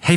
Hey,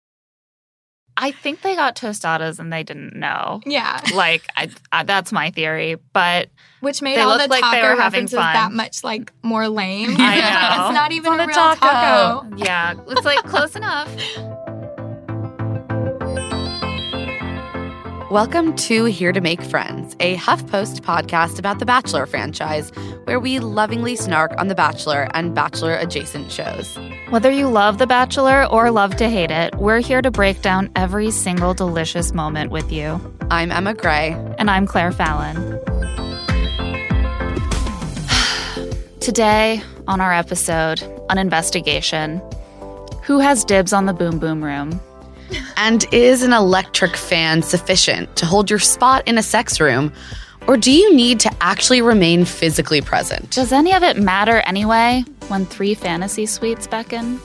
I think they got tostadas and they didn't know. Yeah, Like, I, I, that's my theory. But which made They all the looked like they taco were having references fun. that much like more lame. I know. it's not even on a real taco. Yeah, it's like close enough. Welcome to Here to Make Friends, a HuffPost podcast about the Bachelor franchise, where we lovingly snark on The Bachelor and Bachelor adjacent shows. Whether you love The Bachelor or love to hate it, we're here to break down every single delicious moment with you. I'm Emma Gray. And I'm Claire Fallon. Today, on our episode, an investigation who has dibs on the boom boom room? And is an electric fan sufficient to hold your spot in a sex room? Or do you need to actually remain physically present? Does any of it matter anyway when three fantasy suites beckon?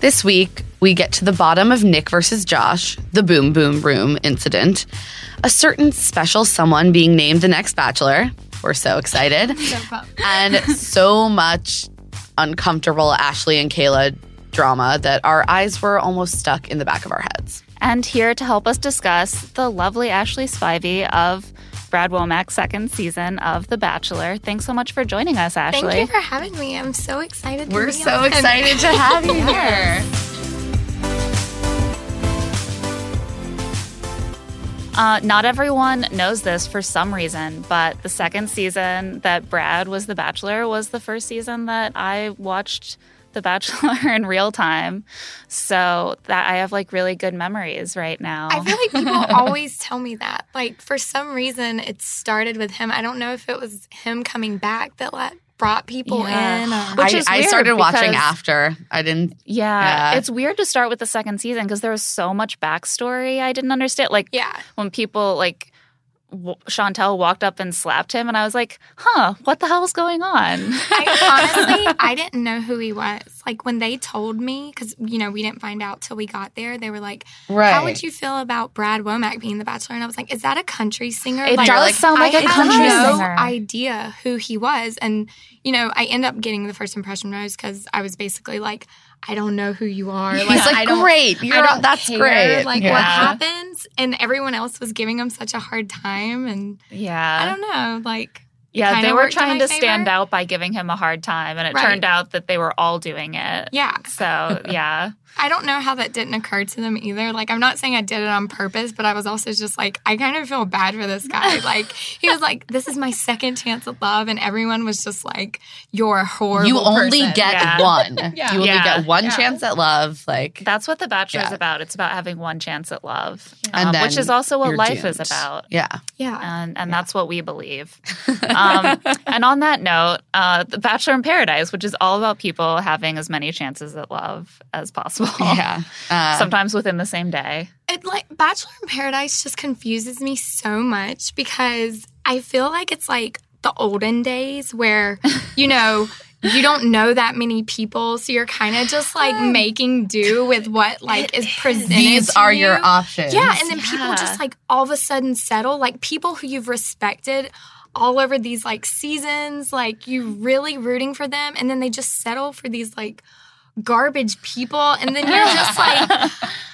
This week, we get to the bottom of Nick versus Josh, the boom boom room incident, a certain special someone being named the next bachelor. We're so excited. and so much uncomfortable Ashley and Kayla drama that our eyes were almost stuck in the back of our heads. And here to help us discuss the lovely Ashley Spivey of Brad Womack's second season of The Bachelor. Thanks so much for joining us, Ashley. Thank you for having me. I'm so excited. to We're be so on. excited to have you here. Uh, not everyone knows this for some reason, but the second season that Brad was The Bachelor was the first season that I watched The Bachelor in real time. So that I have like really good memories right now. I feel like people always tell me that. Like for some reason, it started with him. I don't know if it was him coming back that let, brought people Yeah. in. Or, Which I, is I weird started watching because- after. I didn't. yeah, Yeah. it's weird to start with the second season because there was so much backstory I didn't understand. Like yeah, when people like w- Chantel walked up and slapped him, and I was like, "Huh, what the hell's going on?" I, honestly, I didn't know who he was. Like when they told me, because you know we didn't find out till we got there. They were like, Right. "How would you feel about Brad Womack being the Bachelor?" And I was like, "Is that a country singer?" It like, does like, sound like I a country had no singer. idea who he was, and you know, I end up getting the first impression rose because I was basically like, "I don't know who you are." He's like, I don't, great. You're, I don't that's care, great. Like Yeah. what happens, and everyone else was giving him such a hard time, and yeah, I don't know, like. Yeah, kinda they were worked in trying my to stand favor. out by giving him a hard time, and it Right. turned out that they were all doing it. Yeah. So, yeah. I don't know how that didn't occur to them either. Like, I'm not saying I did it on purpose, but I was also just like, I kind of feel bad for this guy. Like, he was like, this is my second chance at love. And everyone was just like, you're a horrible you only person. get Yeah. one. Yeah. You only Yeah. get one Yeah. chance at love. Like That's what The Bachelor's Yeah. about. It's about having one chance at love, And um, then which is also what you're life is doomed. about. Yeah. Yeah. And, and that's what we believe. Um, and on that note, uh, The Bachelor in Paradise, which is all about people having as many chances at love as possible. Oh. yeah. Uh, Sometimes within the same day. It like Bachelor in Paradise just confuses me so much because I feel like it's like the olden days where, you know, you don't know that many people. So you're kind of just like making do with what like is presented. these to are you. your options. Yeah, and then people Yeah. just like all of a sudden settle. Like people who you've respected all over these like seasons, like you really rooting for them, and then they just settle for these like garbage people, and then you're just like,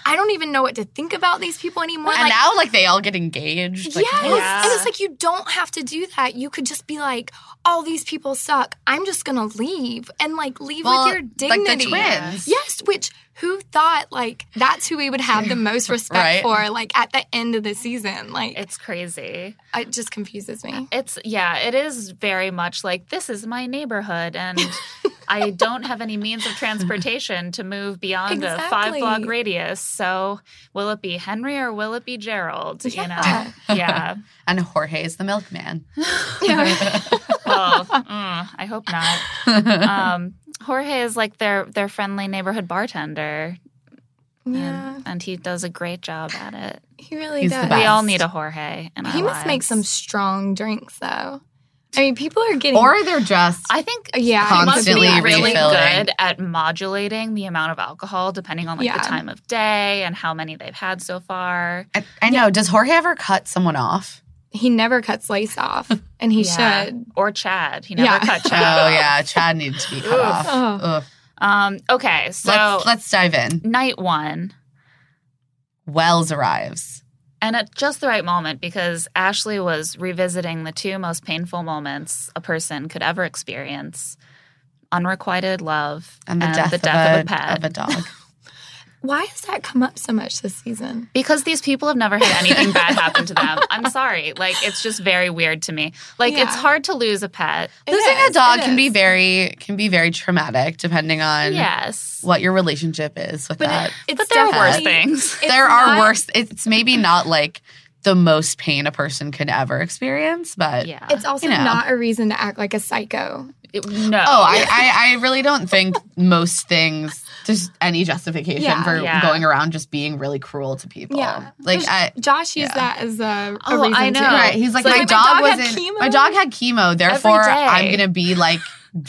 I don't even know what to think about these people anymore. and like, now like they all get engaged. Like, yes. Yeah. And it's like, you don't have to do that. You could just be like, all these people suck. I'm just going to leave and like leave Well, with your Like the dignity. twins. Yes, which who thought like that's who we would have the most Right. respect for like at the end of the season? Like It's crazy. it just confuses me. It's yeah, it is very much like this is my neighborhood and I don't have any means of transportation to move beyond a five Exactly. block radius. So will it be Henry or will it be Gerald? You Yeah. know? Yeah. And Jorge is the milkman. Well, mm, I hope not. Um, Jorge is like their their friendly neighborhood bartender. Yeah, And, and he does a great job at it. he really He's the does. We all Best. need a Jorge. In our He must make lives. some strong drinks though. I mean, people are getting or they're just I think yeah, he Uh, must be Constantly really refilling. good at modulating the amount of alcohol depending on like Yeah. the time of day and how many they've had so far. I, I know. Does Jorge ever cut someone off? He never cuts lace off, and he Yeah. should. Or Chad. He never Yeah. cut Oh Chad. off. yeah, Chad needs to be cut off. Oh. Ugh. Um, okay, so let's let's dive in. night one. Wells arrives. And at just the right moment, because Ashley was revisiting the two most painful moments a person could ever experience unrequited love And the death, of, a, pet. of a dog. Why has that come up so much this season? because these people have never had anything bad happen to them. I'm sorry. Like, it's just very weird to me. Like, it's Yeah. hard to lose a pet. It Losing is, a dog it can be is. very can be very traumatic depending on Yes. what your relationship is with But, that. it, it's but there are worse definitely- things. it's there are not- worse. It's maybe not like the most pain a person could ever experience, but Yeah. It's also You know. not a reason to act like a psycho. It- no. oh, I, I, I really don't think most things there's any justification Yeah. for Yeah. going around just being really cruel to people. Yeah. like There's- I. Josh used yeah. that as a, a Oh, reason I to- know. Right, he's like So my, my dog dog had wasn't. chemo? My dog had chemo, therefore day. I'm gonna be like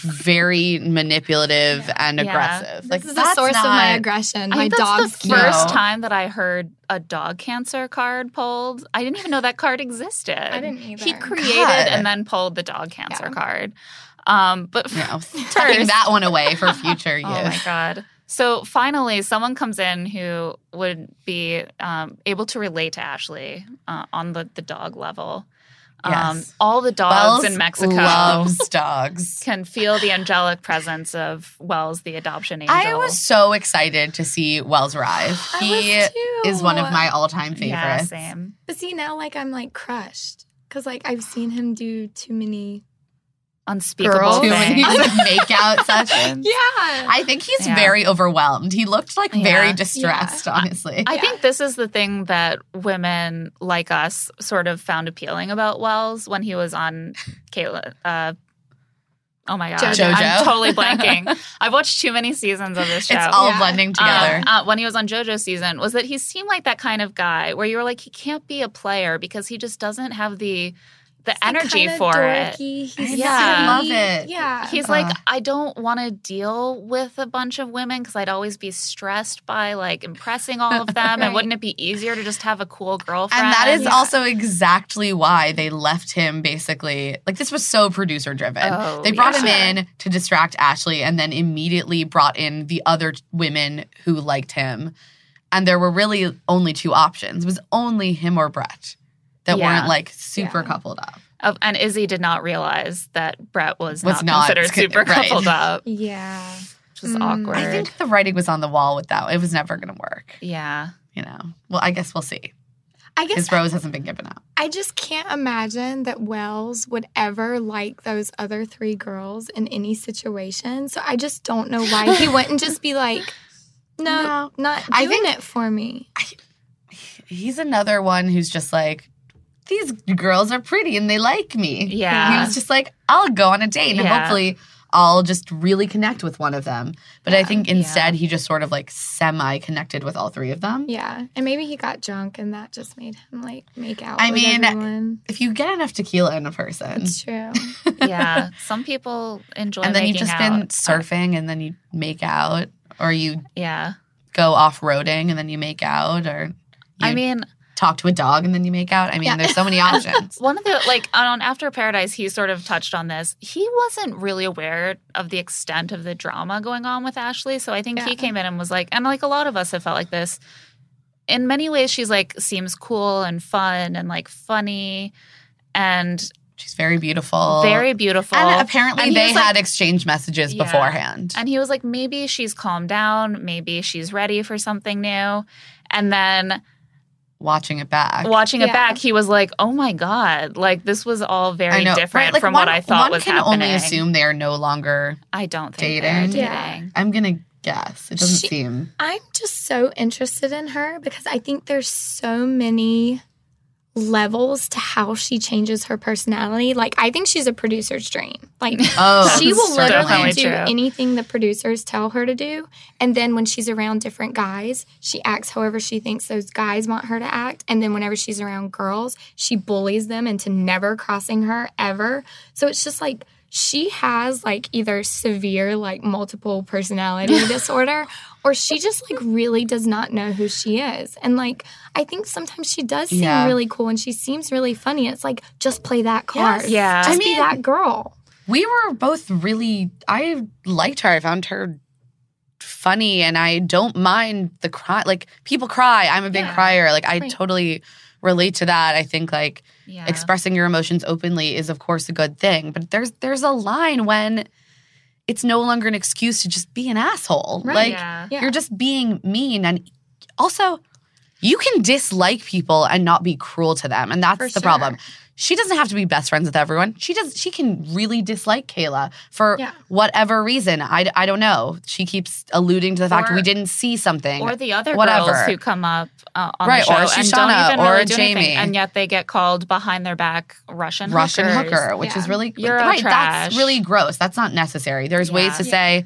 very manipulative and Yeah. aggressive. Like This is the that's source of my not- aggression. I My think that's dog's the chemo. first No. time that I heard a dog cancer card pulled. I didn't even know that card existed. I didn't either. He created God. and then pulled the dog cancer Yeah. card. Um, but No, taking First. that one away for future use. Oh my god! So finally, someone comes in who would be um, able to relate to Ashley uh, on the, the dog level. Um, Yes. all the dogs Wells in Mexico loves dogs. can feel the angelic presence of Wells, the adoption angel. I was so excited to see Wells arrive. I He was too. is one of my all-time yeah, favorites. same. But see, now like I'm like crushed because like I've seen him do too many. Unspeakable Girl, too many things. makeout sessions. Yeah. I think he's Yeah. very overwhelmed. He looked like very Yeah. distressed, honestly. I Yeah. think this is the thing that women like us sort of found appealing about Wells when he was on Kayla. Uh, oh my god, JoJo. I'm totally blanking. I've watched too many seasons of this show. it's all Yeah. blending Um, together. uh, when he was on JoJo's season, was that he seemed like that kind of guy where you were like, he can't be a player because he just doesn't have the the energy for it. I it. He's know, I love sweet. it. Yeah. He's Uh. like, I don't want to deal with a bunch of women because I'd always be stressed by like impressing all of them. And Right. wouldn't it be easier to just have a cool girlfriend? and that is Yeah. also exactly why they left him basically like this was so producer driven. Oh, they brought yeah. him in to distract Ashley and then immediately brought in the other t- women who liked him. And there were really only two options. It was only him or Brett that Yeah. weren't like super Yeah. coupled up. Of- and Izzy did not realize that Brett was, Was not, not considered con- super right. coupled up, Yeah. which was Mm. awkward. I think the writing was on the wall with that. It was never going to work, yeah. you know. Well, I guess we'll see. I guess His rose hasn't been given out. I just can't imagine that Wells would ever like those other three girls in any situation. So I just don't know why he wouldn't just be like, no, not doing I think- it for me. He's another one who's just like these girls are pretty and they like me. Yeah. He was just like, I'll go on a date and Yeah. hopefully I'll just really connect with one of them. But I think Yeah. instead he just sort of like semi connected with all three of them. Yeah. And maybe he got drunk and that just made him like make out I with mean, mm. everyone. If you get enough tequila in a person It's true. Yeah. Some people enjoy and then you've making just out. been surfing and then you make out or you Yeah. go off roading and then you make out or you I mean, talk to a dog and then you make out. I mean, Yeah. there's so many options. One of the like on After Paradise, he sort of touched on this. He wasn't really aware of the extent of the drama going on with Ashley, so I think he Yeah. came in and was like, and like a lot of us have felt like this. In many ways, she's like seems cool and fun and like funny, and She's very beautiful. Very beautiful. And apparently And he they was, like- had exchanged messages Yeah. beforehand. And he was like, maybe she's calmed down. Maybe she's ready for something new. And then watching it back. watching it Yeah. back, he was like, oh my God. Like, this was all very different right? Like, from one- what I thought one was can happening. only assume they are no longer. I don't think they're dating. dating. Yeah. I'm gonna guess. It doesn't She- seem. I'm just so interested in her because I think there's so many levels to how she changes her personality. Like I think she's a producer's dream. Like Oh, she will That's literally definitely do true. anything the producers tell her to do. And then when she's around different guys, she acts however she thinks those guys want her to act. And then whenever she's around girls, she bullies them into never crossing her ever. So it's just like she has like either severe like multiple personality disorder or she just like really does not know who she is. And like I think sometimes she does seem Yeah. really cool and she seems really funny. It's like just play that card. Yeah. Just I be mean- that girl. We were both really. I liked her. I found her funny, and I don't mind the cry. Like people cry. I'm a big Yeah. crier. Like I Right. totally relate to that. I think like Yeah. expressing your emotions openly is of course a good thing, but there's there's a line when it's no longer an excuse to just be an asshole. Right. Like yeah. Yeah. you're just being mean and also you can dislike people and not be cruel to them and that's For the sure. problem she doesn't have to be best friends with everyone she does she can really dislike kayla for Yeah. whatever reason I, I don't know she keeps alluding to the fact Or- we didn't see something Or the other Whatever. girls who come up uh, on Right, the show or and don't Shoshana, even or really do Jamie. anything, and yet they get called behind their back Russian Russian hookers. hooker, which Yeah. is really You're a right. That's trash. really gross. That's not necessary. There's ways Yeah. to say,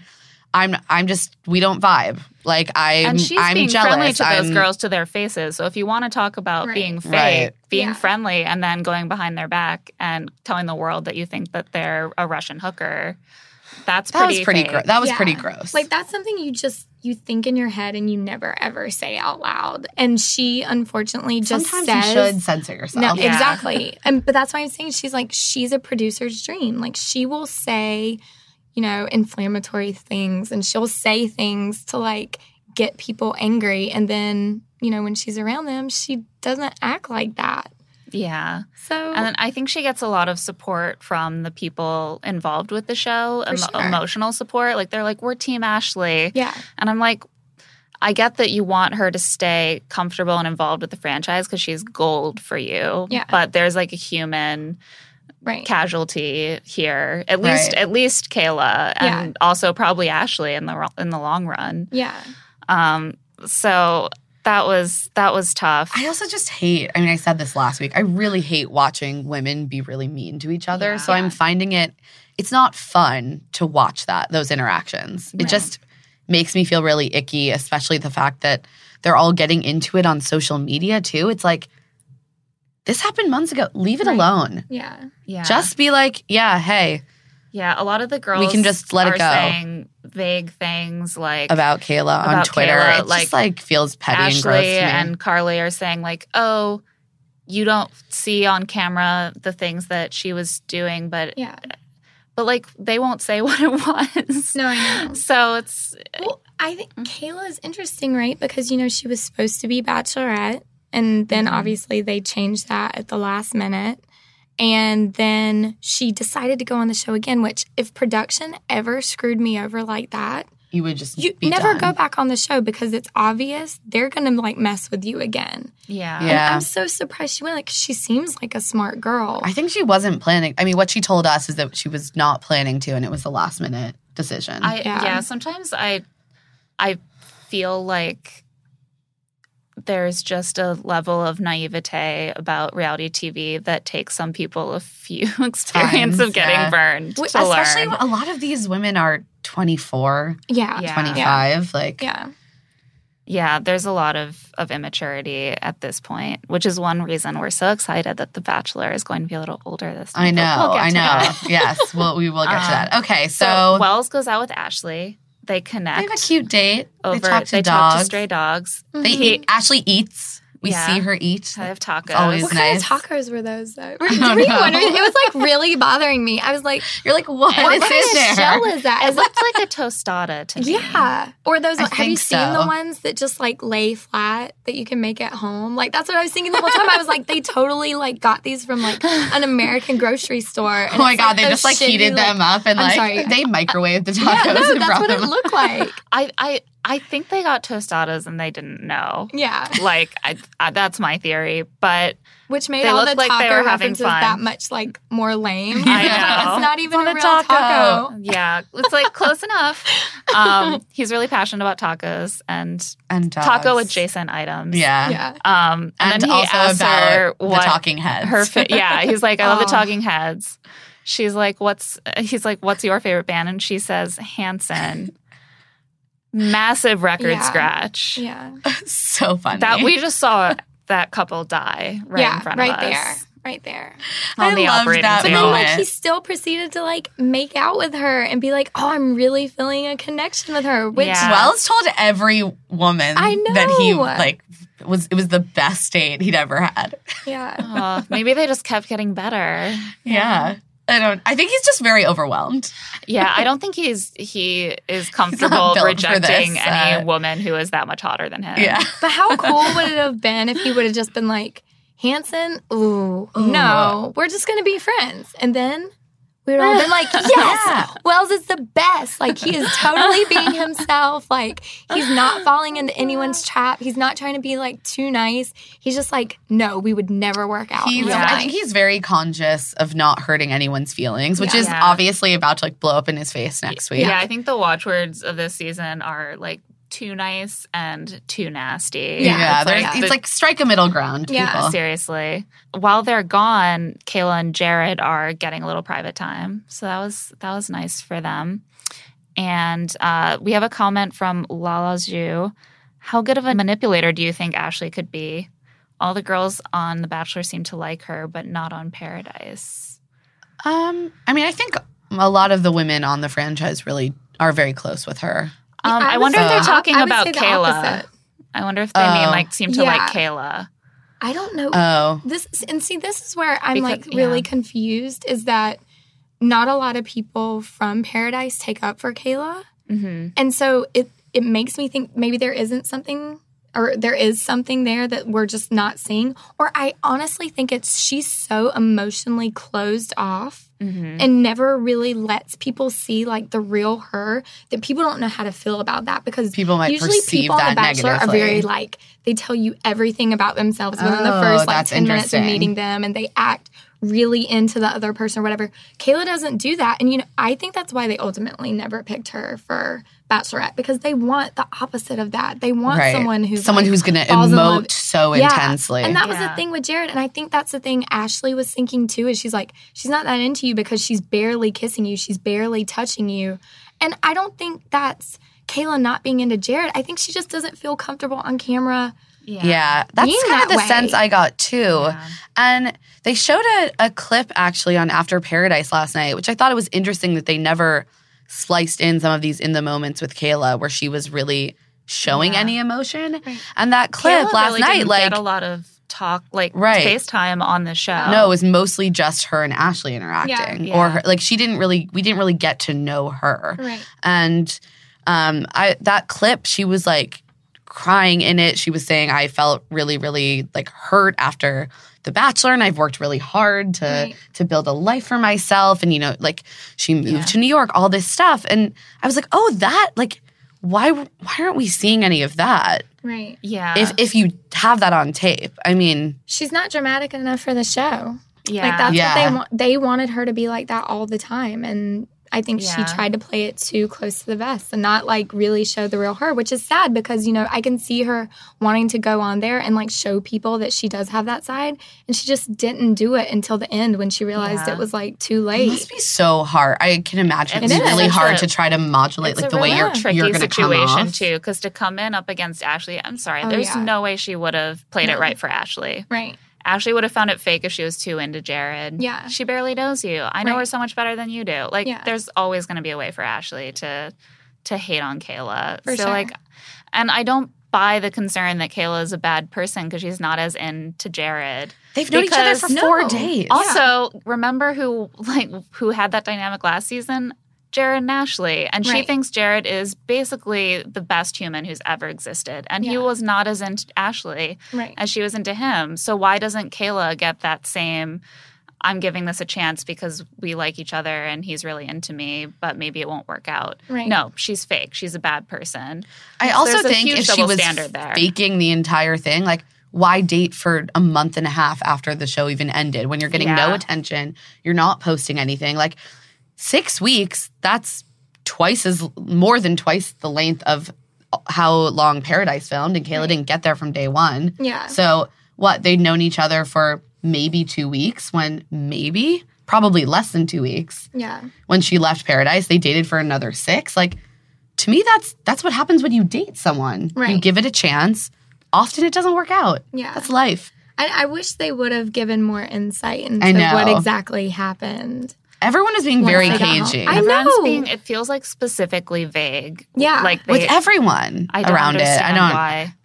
"I'm, I'm just, we don't vibe." Like I'm, and she's I'm being jealous. friendly to those I'm- girls to their faces. So if you want to talk about Right. being fake, Right. being Yeah. friendly, and then going behind their back and telling the world that you think that they're a Russian hooker, that's That pretty was pretty. fake. Gro- that was Yeah. pretty gross. Like that's something you just you think in your head and you never ever say out loud. And she unfortunately just Sometimes says you should censor yourself. No, Yeah. exactly. And but that's why I'm saying she's like she's a producer's dream. Like she will say, you know, inflammatory things and she'll say things to like get people angry and then, you know, when she's around them, she doesn't act like that. yeah. So And then I think she gets a lot of support from the people involved with the show, For emo- sure. emotional support. Like they're like, "We're Team Ashley," yeah. and I'm like. I get that you want her to stay comfortable and involved with the franchise because she's gold for you. Yeah. But there's like a human Right. casualty here. At least, Right. at least Kayla, and Yeah. also probably Ashley in the ro- in the long run. Yeah. Um, so that was that was tough. I also just hate. I mean, I said this last week. I really hate watching women be really mean to each other. Yeah. So I'm finding it. It's not fun to watch that those interactions. It No. just makes me feel really icky, especially the fact that they're all getting into it on social media too. It's like this happened months ago. Leave it Right. alone. Yeah. yeah, Just be like, yeah, hey, yeah. A lot of the girls we can just let it are go. saying vague things like about Kayla on About Twitter. Kayla, it like, just like feels petty and Ashley gross to me. and Carly are saying like, oh. You don't see on camera the things that she was doing, but Yeah. but like they won't say what it was. No, I know. So it's Well, I think Mm. Kayla is interesting, right? Because you know she was supposed to be Bachelorette, and then Mm-hmm. obviously they changed that at the last minute, and then she decided to go on the show again. Which, if production ever screwed me over like that, you would just you be never done. go back on the show because it's obvious they're gonna like mess with you again. yeah. Yeah. I'm so surprised she went. Like she seems like a smart girl. I think she wasn't planning. I mean, what she told us is that she was not planning to, and it was the last minute decision. I Yeah. yeah. sometimes I I feel like there's just a level of naivete about reality TV that takes some people a few experience of getting yeah. burned Well, to Especially learn. a lot of these women are 24, yeah. Yeah. 25. Like, Yeah. Yeah, there's a lot of of immaturity at this point, which is one reason we're so excited that The Bachelor is going to be a little older this time. I but know, we'll get I to know. that. yes, well, we will get to Um, that. Okay, so, So, Wells goes out with Ashley. They they connect have a cute date. over. they talk to they dogs. stray dogs. They Mhm. eat. Ashley eats. We Yeah. see her eat. I have tacos. Mm-hmm. always What nice. kind of tacos were those though? Were, don't were you know. wondering? It was like really bothering me. I was like, You're like, what what is kind in of there? shell is that? It Is that looked like a tostada to me. yeah. Or those? I have you think seen the so. ones that just like lay flat that you can make at home? Like that's what I was thinking the whole time. I was like, they totally like got these from like an American grocery store. and Oh my it's, god, they those just like shitty, heated like- them up and I'm like sorry. they microwaved the tacos Yeah, and no, that's brought what it them. looked like. I, I, I think they got tostadas and they didn't know. Yeah, Like, I, I, that's my theory. But which made They all the looked like they taco were having references fun. that much like more lame. I know. it's not even It's a not real a taco. taco. yeah, it's like close enough. Um, he's really passionate about tacos and and dogs. taco adjacent items. Yeah. Yeah. Um, and, And, then he also asks about her the what talking heads. Oh. her fa- yeah he's like i love the Aw. talking heads she's like what's he's like what's your favorite band and she says hanson massive record Yeah. scratch Yeah. so funny. that we just saw that couple die right in front right of there, us right there. on I the loved operating that But table then, moment. like, he still proceeded to like make out with her and be like, "Oh, I'm really feeling a connection with her," which Yeah. Wells told every woman I that he know. like was it was the best date he'd ever had. yeah. Aw, Oh, maybe they just kept getting better Yeah. I don't I think he's just very overwhelmed. yeah i don't think he's he is comfortable built for rejecting this, any uh, woman who is that much hotter than him Yeah. But how cool would it have been if he would have just been like, "Hanson, ooh, no, we're just gonna be friends," and then. We would all been like, yes, Wells is the best. Like, he is totally being himself. Like, he's not falling into anyone's trap. He's not trying to be like too nice. He's just like, no, we would never work out. in He's, real I life." think he's very conscious of not hurting anyone's feelings, which Yeah. is Yeah. obviously about to like blow up in his face next week. Yeah. I think the watchwords of this season are like too nice and too nasty. Yeah, Yeah, it's, like, the- it's like strike a middle ground, Yeah. people. seriously. While they're gone, Kayla and Jared are getting a little private time, so that was that was nice for them. And uh, we have a comment from Lala Zhu. How good of a manipulator do you think Ashley could be? All the girls on The Bachelor seem to like her, but not on Paradise. Um, I mean, I think a lot of the women on the franchise really are very close with her. Um, Yeah, I, would wonder say if they're the- talking I would about say the Kayla. opposite. I wonder if they mean Oh. like seem to like Kayla. I don't know. Oh, this and see, this is where I'm Because- like really yeah. confused. Is that not a lot of people from Paradise take up for Kayla, Mm-hmm. and so it it makes me think maybe there isn't something or there is something there that we're just not seeing. Or I honestly think it's she's so emotionally closed off Mm-hmm. and never really lets people see like the real her that people don't know how to feel about that because people might usually perceive people that on the Bachelor negatively. are very like they tell you everything about themselves within Oh, the first like that's ten minutes of interesting. meeting them, and they act really into the other person or whatever. Kayla doesn't do that, and you know I think that's why they ultimately never picked her for Bachelorette because they want the opposite of that. They want Right. someone who's someone like, who's going to falls in love- emote so Yeah. intensely. and that was Yeah. the thing with Jared, and I think that's the thing Ashley was thinking too. Is she's like, she's not that into you because she's barely kissing you, she's barely touching you, and I don't think that's Kayla not being into Jared. I think she just doesn't feel comfortable on camera. yeah. that's Being kind of that the way. sense I got too. Yeah. And they showed a, a clip actually on After Paradise last night, which I thought it was interesting that they never spliced in some of these in the moments with Kayla where she was really showing Yeah. any emotion. Right. And that clip Kayla last really night, didn't like, get a lot of talk, like Right. FaceTime on the show. No, it was mostly just her and Ashley interacting, Yeah. or Yeah. her, like she didn't really. We didn't really get to know her, Right. and um, I that clip she was like crying in it. She was saying, "I felt really, really like hurt after The Bachelor, and I've worked really hard to Right. to build a life for myself." And you know, like she moved to New York, all this stuff, and I was like, "Oh, that like." Why, why aren't we seeing any of that? Right. yeah, If if you have that on tape, I mean, She's not dramatic enough for the show. yeah, Like that's Yeah. what they want. They wanted her to be like that all the time, and I think Yeah. she tried to play it too close to the vest and not like really show the real her, which is sad because you know I can see her wanting to go on there and like show people that she does have that side, and she just didn't do it until the end when she realized Yeah. it was like too It late. must be so hard. I can imagine It it's is. really It's hard a- to try to modulate it's like a the way really you're tricky you're going to come situation off. too, because to come in up against Ashley, I'm sorry, Oh, there's yeah. no way she would have played it No. right for Ashley. right. Ashley would have found it fake if she was too into Jared. Yeah. she barely knows you. I know Right. her so much better than you do. Like, Yeah. there's always going to be a way for Ashley to to hate on Kayla. For so sure. like, and I don't buy the concern that Kayla is a bad person because she's not as into Jared. They've known each other Because- for four No. days. Yeah. Also, remember who like who had that dynamic last season? Jared Nashley. And she Right. thinks Jared is basically the best human who's ever existed. And he Yeah. was not as into Ashley Right. as she was into him. So why doesn't Kayla get that same I'm giving this a chance because we like each other and he's really into me, but maybe it won't work out. Right. No, she's fake. She's a bad person. I also There's a think huge if she double was standard there. faking the entire thing, like why date for a month and a half after the show even ended when you're getting no Yeah. attention, you're not posting anything? Like six weeks, that's twice as more than twice the length of how long Paradise filmed, and Kayla didn't get there from day one. Yeah. So what they'd known each other for maybe two weeks when maybe probably less than two weeks Yeah. when she left paradise they dated for another six like to me that's that's what happens when you date someone you Right. give it a chance often it doesn't work out Yeah. that's life I, I wish they would have given more insight into I know. what exactly happened. everyone is being Once very they got home. cagey I Everyone's know. being it feels like specifically vague. Yeah. Like they with everyone I don't around it i understand don't why.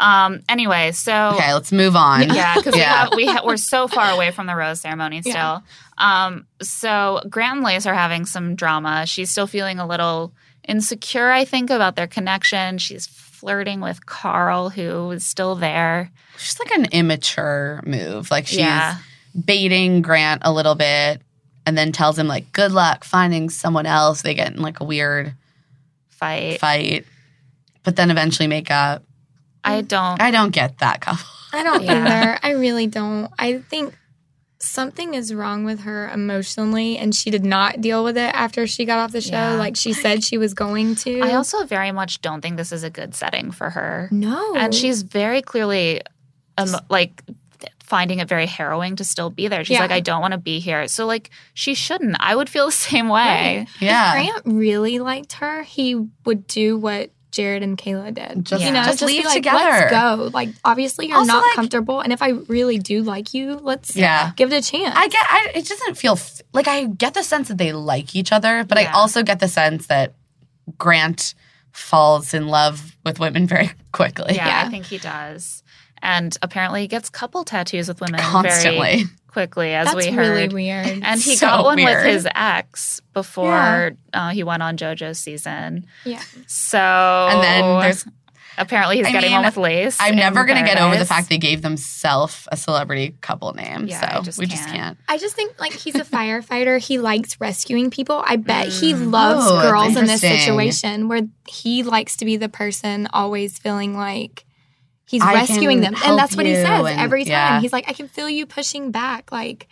Um anyway, so okay let's move on Yeah, because Yeah. we, have, we ha- we're so far away from the rose ceremony still. Yeah. Um, so Grant and Lace are having some drama. She's still feeling a little insecure, I think, about their connection. She's flirting with Carl, who is still there. she's like an immature move like she's Yeah. baiting grant a little bit and then tells him like good luck finding someone else they get in like a weird Fight. fight but then eventually make up I don't. i don't get that couple I don't Yeah. either. I really don't. I think something is wrong with her emotionally, and she did not deal with it after she got off the show, Yeah. like she said she was going to. I also very much don't think this is a good setting for her. no, And she's very clearly, um, like, th- finding it very harrowing to still be there. She's Yeah. like, I don't want to be here. So, like, she shouldn't. I would feel the same way. yeah Grant really liked her. He would do what. Jared and Kayla did. Just- you know, just be leave like, together. Let's go. Like, obviously, you're Also, not like- comfortable. And if I really do like you, let's Yeah. give it a chance. I get. I, it doesn't feel f- like I get the sense that they like each other, but I Yeah. also get the sense that Grant falls in love with women very quickly. Yeah, I Yeah. think he does. And apparently he gets couple tattoos with women very constantly. quickly, as That's we heard. really weird. And he So got one weird. with his ex before uh, he went on JoJo's season. yeah. So And then there's. apparently he's I getting mean, one with Lace. I'm in never gonna get over the Paradise. fact they gave themselves a celebrity couple name. Yeah, so I just we just can't. can't. I just think like he's a firefighter. He likes rescuing people. I bet he loves Oh, that's girls in this interesting. situation where he likes to be the person always feeling like he's I rescuing can them. And that's help what he you says and- every time. yeah. He's like, I can feel you pushing back. Like,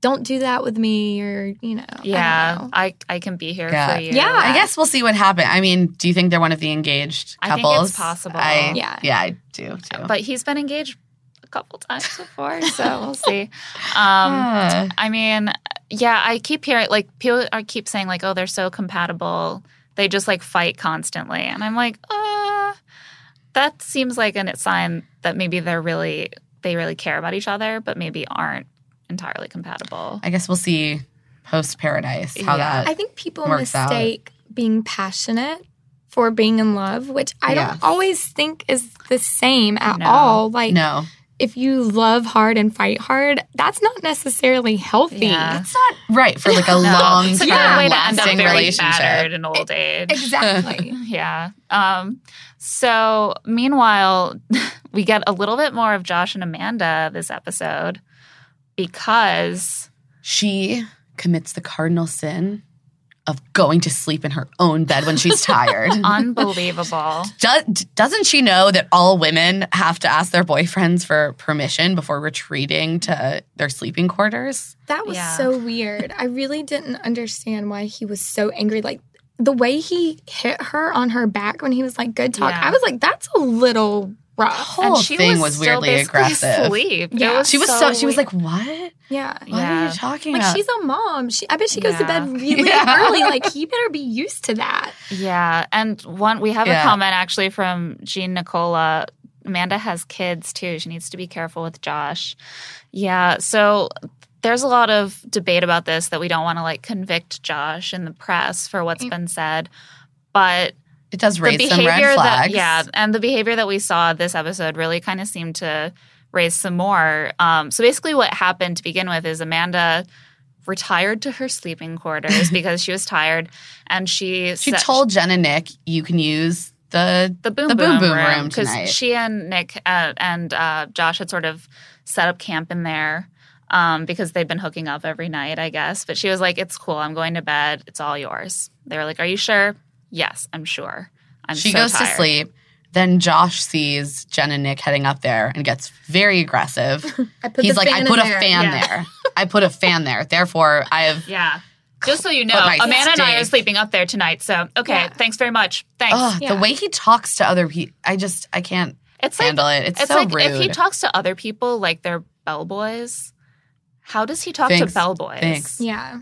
don't do that with me or, you know. I Yeah, don't know. I, I can be here Yeah. for you. Yeah, I guess we'll see what happens. I mean, do you think they're one of the engaged I think it's couples? possible. I- Yeah. Yeah, I do too. But he's been engaged a couple times before, so we'll see. Um, Yeah. I mean, yeah, I keep hearing like people are keep saying like, oh, they're so compatible. They just like fight constantly, and I'm like, uh, that seems like an, a sign that maybe they're really they really care about each other, but maybe aren't entirely compatible. I guess we'll see post paradise how Yeah. that. I think people Works out. mistake being passionate for being in love, which I Yeah. don't always think is the same at No. all. Like, no, if you love hard and fight hard, that's not necessarily healthy. Yeah. it's not right for like a No, long it's a term good way to end up lasting very relationship. E, battered in old age. Exactly. Yeah. Um, so, meanwhile, we get a little bit more of Josh and Amanda this episode because She commits the cardinal sin of going to sleep in her own bed when she's tired. unbelievable. Do- doesn't she know that all women have to ask their boyfriends for permission before retreating to their sleeping quarters? that was Yeah. so weird. I really didn't understand why he was so angry. Like the way he hit her on her back when he was like, good talk, Yeah. I was like, that's a little rough. Whole thing was, still weirdly basically aggressive. Asleep. It Yeah. was She was so, she was weird. like, "What? Yeah. What are Yeah. you talking Like about?" she's a mom. She I bet she goes to Yeah. bed really Yeah. early. Like he better be used to that. Yeah. And one, we have Yeah. a comment actually from Jean Nicola. Amanda has kids too. She needs to be careful with Josh. Yeah. So there's a lot of debate about Mm. this that we don't want to like convict Josh in the press for what's been said. But It does raise the some behavior red flags. That, yeah, and the behavior that we saw this episode really kind of seemed to raise some more. Um, so basically, what happened to begin with is Amanda retired to her sleeping quarters because she was tired, and she She said- told Jen and Nick, you can use the the boom the boom, boom boom room tonight. because she and Nick uh, and uh, Josh had sort of set up camp in there. Um, because they'd been hooking up every night, I guess. But she was like, "It's cool. I'm going to bed. It's all yours." They were like, "Are you sure?" Yes, I'm sure. I'm she so goes to tired." sleep. Then Josh sees Jen and Nick heading up there and gets very aggressive. I put He's the like, I fan put a in there. fan Yeah. there. I put a fan there. Therefore, I have. Yeah. Just so you know, my Amanda and I are steak. sleeping up there tonight. So, okay, Yeah. thanks very much. Thanks. Ugh, Yeah. The way he talks to other people, I just, I can't it's like handle it. It's, it's so like rude. if he talks to other people like they're bellboys. How does he talk Thanks. to bellboys? Thanks. Yeah.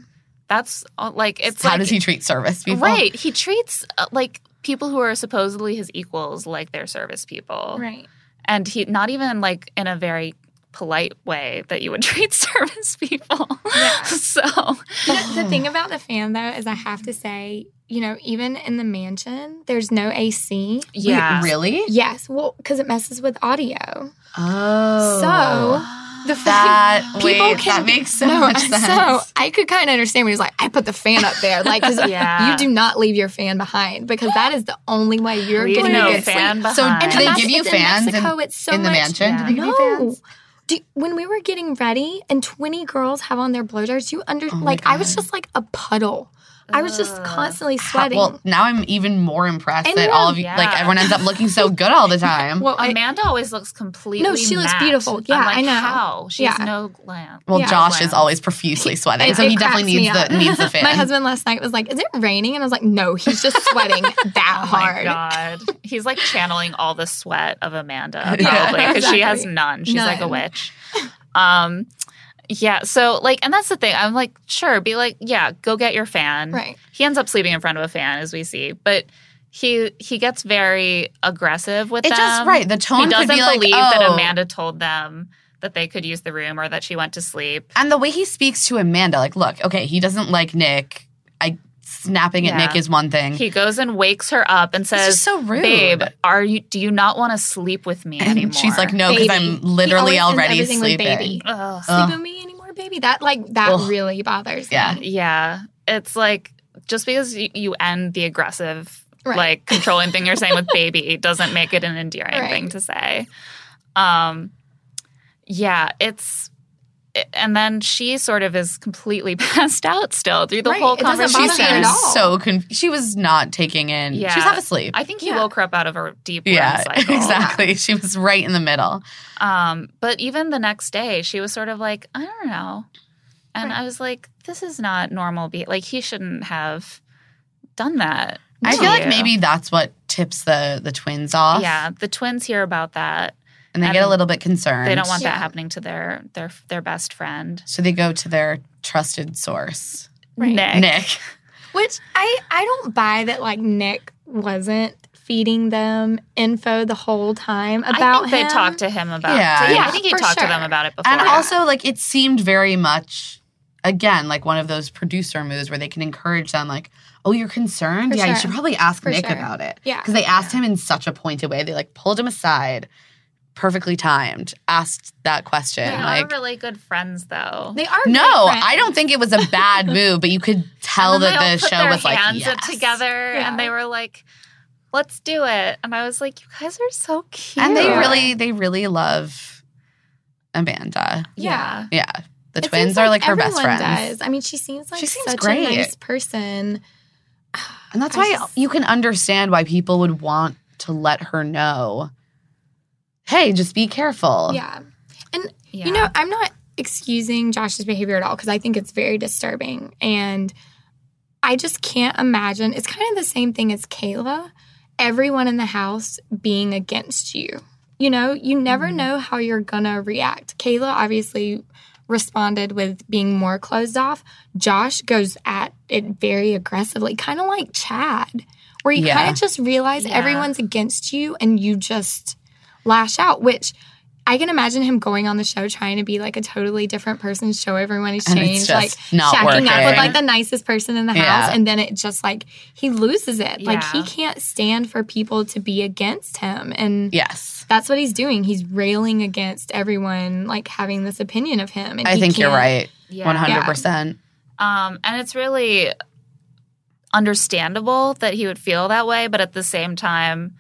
That's uh, like it's How like does he treat service people? right. He treats uh, like people who are supposedly his equals like they're service people, Right. and he not even like in a very polite way that you would treat service people. Yeah. so You know, the thing about the fan though is I have to say, you know, even in the mansion, there's no AC. Wait, yeah, really? Yes, well, because it messes with audio. Oh. So the that fucking- wait, people that can makes so no, much sense. so I could kind of understand when he was like, "I put the fan up there," like because Yeah. you do not leave your fan behind because that is the only way you're Leave getting no a good fan sleep. behind. So do they Imagine- give you it's fans in in- Mexico? it's so in the much- mansion, yeah. do they give you No. fans? Do you- when we were getting ready and 20 girls have on their blowjars, you under Oh my like I was God. just like a puddle. I was just Ugh. constantly How- sweating. well, now I'm even more impressed And that then- all of you, Yeah. like everyone ends up looking so good all the time. Well, I- Amanda always looks completely. No, she looks matte. beautiful. Yeah, I'm like, I know. How she has Yeah. no glam. Well, Yeah. Josh is Wow. always profusely sweating, it- so it he definitely cracks me needs the up. needs the fan. My husband last night was like, "Is it raining?" And I was like, "No, he's just sweating that Oh hard." my god, he's like channeling all the sweat of Amanda probably Yeah, because she has exactly. none. She's like a None. witch. Um, yeah. So like, and that's the thing. I'm like, sure, be like, yeah, go get your fan. Right. He ends up sleeping in front of a fan, as we see, but he he gets very aggressive with It them. just right. The tone He doesn't could be like, believe oh. that Amanda told them that they could use the room or that she went to sleep. And the way he speaks to Amanda, like, look, okay, he doesn't like Nick. I snapping at Yeah. Nick is one thing. He goes and wakes her up and It's says, just so rude. babe are you do you not want to sleep with me and anymore she's like, no, because Baby. I'm He literally always ends already everything with sleeping. baby. Ugh. Ugh. Sleep with me anymore, baby? That like that Ugh. really bothers. me. Yeah. yeah it's like just because you, you end the aggressive Right. like controlling thing you're saying with baby doesn't make it an endearing Right. thing to say um yeah it's it- and then she sort of is completely passed out still through the Right. whole It doesn't conversation bother She Not her at seemed all. so confused. She was not taking in. She was Yeah. half asleep. i think he Yeah. woke her up out of a deep REM yeah, cycle. exactly. She was right in the middle. Um, but even the next day, she was sort of like, I don't know. And Right. I was like, this is not normal. Be like, he shouldn't have done that. I to feel like you. maybe that's what tips the the twins off. Yeah, the twins hear about that. and they and get a little bit concerned. They don't want Yeah. that happening to their their their best friend. So they go to their trusted source, Right. Nick. Nick. Which I I don't buy that like Nick wasn't feeding them info the whole time about I think him. they talked to him about Yeah. it. Yeah, I think he for talked to them sure. about it before. And also, like, it seemed very much, again, like one of those producer moves where they can encourage them, like, oh, you're concerned? For yeah, you sure. should probably ask For Nick sure. about it. Yeah. Because they asked him in such a pointed way. They, like, pulled him aside, perfectly timed, asked that question. they like, are really good friends though. They are no, great friends. I don't think it was a bad move, but you could tell And then that they all the put show their was like, hands yes. together Yeah. and they were like, let's do it. And I was like, you guys are so cute. And they Yeah. really, they really love Amanda. Yeah. Yeah. The It twins seems are like her best everyone friends. Does. I mean, she seems like She seems such great. a nice person. And that's I why just- you can understand why people would want to let her know, hey, just be careful. Yeah. yeah. You know, I'm not excusing Josh's behavior at all because I think it's very disturbing. And I just can't imagine. It's kind of the same thing as Kayla everyone in the house being against you. You know, you never Mm-hmm. know how you're going to react. Kayla obviously responded with being more closed off. Josh goes at it very aggressively, kind of like Chad, where you Yeah. kind of just realize Yeah. everyone's against you and you just lash out, which I can imagine him going on the show trying to be like a totally different person, show everyone he's And changed, it's like just not shacking up working. with like the nicest person in the Yeah. house, and then it just like he loses it. Like he Yeah. can't stand for people to be against him, and Yes. that's what he's doing. He's railing against everyone, like having this opinion of him. And I he think you're can't- right. Yeah. 100%. Um, and it's really understandable that he would feel that way, but at the same time,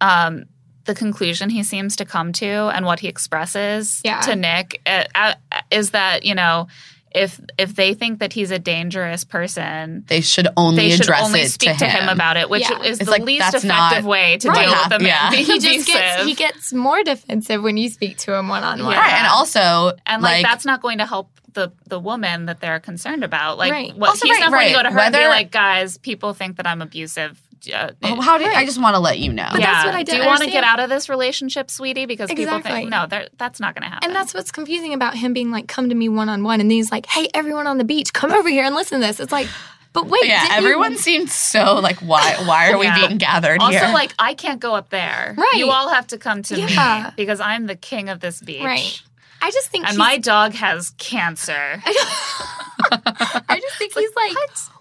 um, the conclusion he seems to come to and what he expresses Yeah. to Nick uh, uh, is that you know if if they think that he's a dangerous person. They should only They should address only it speak to him. about it, which Yeah. is It's the like, least that's effective not- way to Right. deal with a man Yeah. being He just abusive. gets he gets more defensive when you speak to him one on one. Yeah. Right, and also and like, that's not going to help the the woman that they're concerned about. Like, Right. what, Also, he's right, not going right. to go to her and Whether- be like, "Guys, people think that I'm abusive." Uh, Oh, how did I just want to let you know? But yeah. that's what I Do don't you want to understand. get out of this relationship, sweetie? Because people Exactly. think no, they're- that's not going to happen. And that's what's confusing about him being like, come to me one on one. And then he's like, hey, everyone on the beach, come over here and listen to this. It's like, but wait. yeah, didn't you- everyone seemed so like, why? Why are we Yeah. being gathered also here? like I can't go up there. Right. You all have to come to Yeah. me because I'm the king of this beach. Right. I just think And he's- my dog has cancer. I just think he's like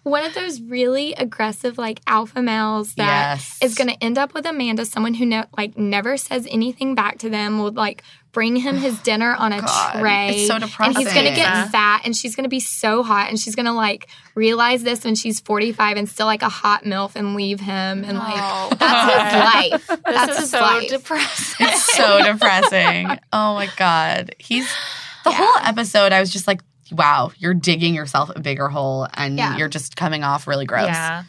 one of those really aggressive like alpha males that is Yes. going to end up with Amanda, someone who ne- like never says anything back to them, will like bring him his dinner on a God. tray. It's so And he's going to depressing. get fat and she's going to be so hot and she's going to like realize this when she's 45 and still like a hot MILF and leave him and like that's his life. This That's is his so life. depressing. it's so depressing. Oh my god, he's the whole episode. I was just like, wow, you're digging yourself a bigger hole, and Yeah. you're just coming off really gross Yeah.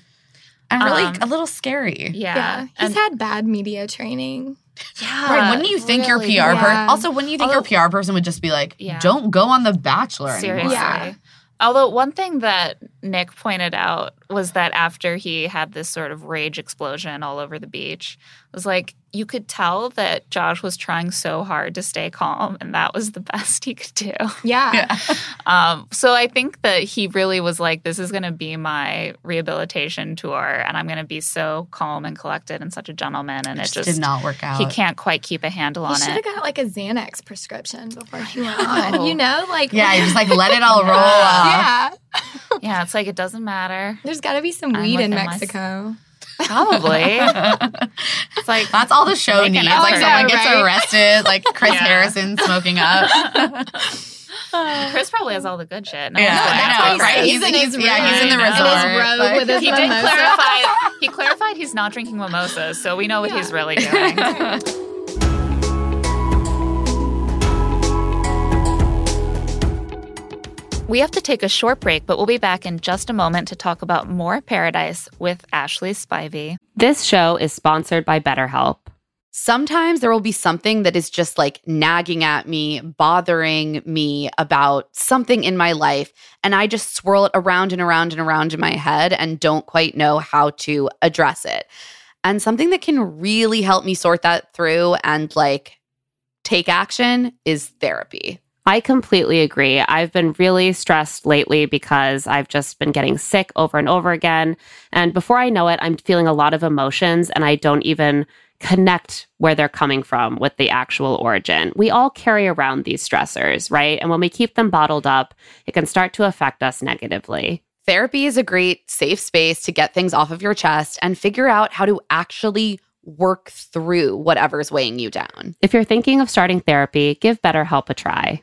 and really Um, a little scary. Yeah. Yeah, he's And- had bad media training. yeah. Right, wouldn't you think really. your PR Yeah. person? Also, wouldn't you think your PR person would just be like, Yeah. "Don't go on the Bachelor anymore"? Seriously. Yeah. Although one thing that Nick pointed out was that after he had this sort of rage explosion all over the beach, was like you could tell that Josh was trying so hard to stay calm, and that was the best he could do. Yeah. Um, so I think that he really was like, "This is going to be my rehabilitation tour, and I'm going to be so calm and collected and such a gentleman." And It it, just, just did not work out. he can't quite keep a handle He on should it. have got like a Xanax prescription before he went on. You know, like Yeah, you just like let it all roll off. yeah. yeah, it's like it doesn't matter. There's got to be some I'm weed in within my- Mexico. Probably. it's like That's all the show Make an needs. effort. Like I know, someone gets right? arrested, like Chris Yeah. Harrison smoking up. Chris probably has all the good shit. No Yeah, one's I going know, after him. right? He's in his yeah, he's in the room. resort. In his robe like- with his He did Mimosa. clarify. He clarified he's not drinking mimosas, so we know what he's really doing. we have to take a short break, but we'll be back in just a moment to talk about more Paradise with Ashley Spivey. This show is sponsored by BetterHelp. Sometimes there will be something that is just like nagging at me, bothering me about something in my life. And I just swirl it around and around and around in my head and don't quite know how to address it. And something that can really help me sort that through and like take action is therapy. I completely agree. I've been really stressed lately because I've just been getting sick over and over again. And before I know it, I'm feeling a lot of emotions and I don't even connect where they're coming from with the actual origin. We all carry around these stressors, right? And when we keep them bottled up, it can start to affect us negatively. Therapy is a great safe space to get things off of your chest and figure out how to actually work through whatever's weighing you down. If you're thinking of starting therapy, give BetterHelp a try.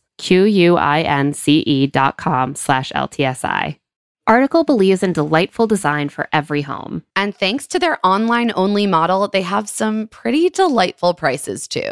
Q U I N C E dot com slash LTSI. Article believes in delightful design for every home. And thanks to their online only model, they have some pretty delightful prices too.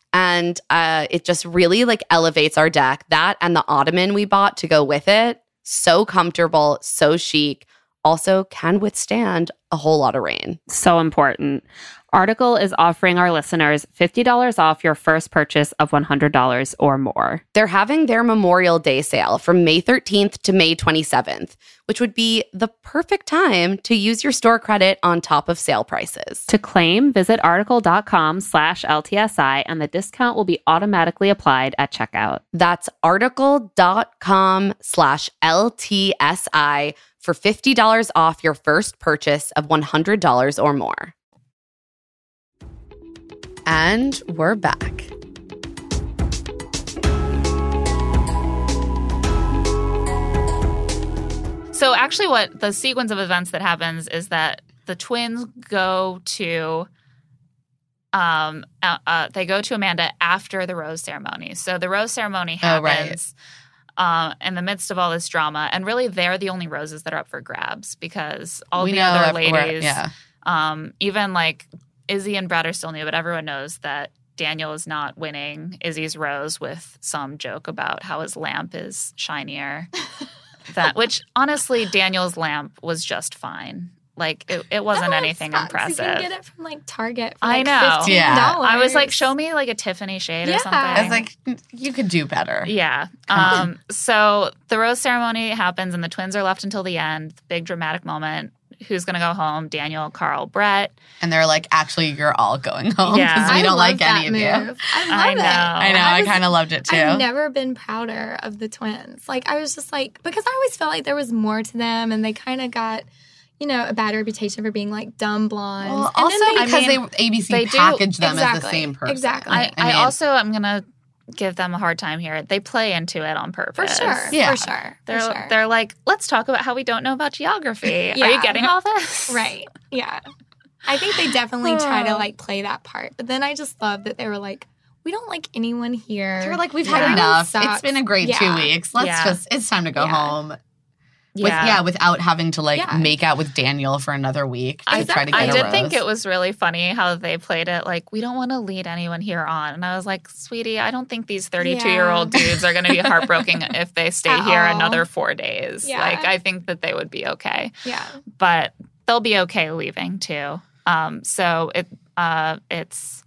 and uh, it just really like elevates our deck. That and the ottoman we bought to go with it, so comfortable, so chic. Also, can withstand a whole lot of rain. So important. Article is offering our listeners $50 off your first purchase of $100 or more. They're having their Memorial Day sale from May 13th to May 27th, which would be the perfect time to use your store credit on top of sale prices. To claim, visit article.com slash LTSI and the discount will be automatically applied at checkout. That's article.com slash LTSI for $50 off your first purchase of $100 or more. And we're back. So actually, what the sequence of events that happens is that the twins go to, um, uh, uh, they go to Amanda after the rose ceremony. So the rose ceremony Oh, right. happens. Uh, in the midst of all this drama, and really, they're the only roses that are up for grabs because all the other ladies, um, even like Izzy and Brad are still new, but everyone knows that Daniel is not winning Izzy's rose with some joke about how his lamp is shinier. that which honestly, Daniel's lamp was just fine. Like it, it wasn't That anything sucks. Oh, You can impressive. get it from like Target. For, I like, know. $15. Yeah. I was like, show me like a Tiffany shade Yeah. or something. I It's like "Mm, you could do better. Yeah. Come Um, so the rose ceremony happens, and the twins are left until the end. Big dramatic moment. Who's going to go home? Daniel, Carl, Brett. And they're like, actually, you're all going home because Yeah. we I don't love like that any of move. you. I love I it. know. I know. I I, was- kind of loved it too. I've never been prouder of the twins. Like I was just like because I always felt like there was more to them, and they kind of got, you know, a bad reputation for being like dumb blondes. well, And also then they- because I mean, they ABC they do- packaged them as the exactly, same person. exactly. I, I, mean, also am going to give them a hard time here. They play into it on for purpose. sure, Yeah. for sure, They're, for sure. they're like, let's talk about how we don't know about geography. Are you Yeah. getting all this? right, yeah. I think they definitely try to Oh. like play that part, but then I just love that they were like, we don't like anyone here. they're like, we've Yeah. had Everything enough. It's sucks. been a great two Yeah. weeks. Let's Yeah. just, it's time to go Yeah. home. Yeah. With, yeah, without having to like Yeah. make out with Daniel for another week to I, try to get I a did rose. think it was really funny how they played it like we don't want to lead anyone here on and I was like sweetie I don't think these 32 year old dudes are going to be heartbroken if they stay At here all. another 4 days Yeah. like I think that they would be okay yeah, but they'll be okay leaving too um so it uh it's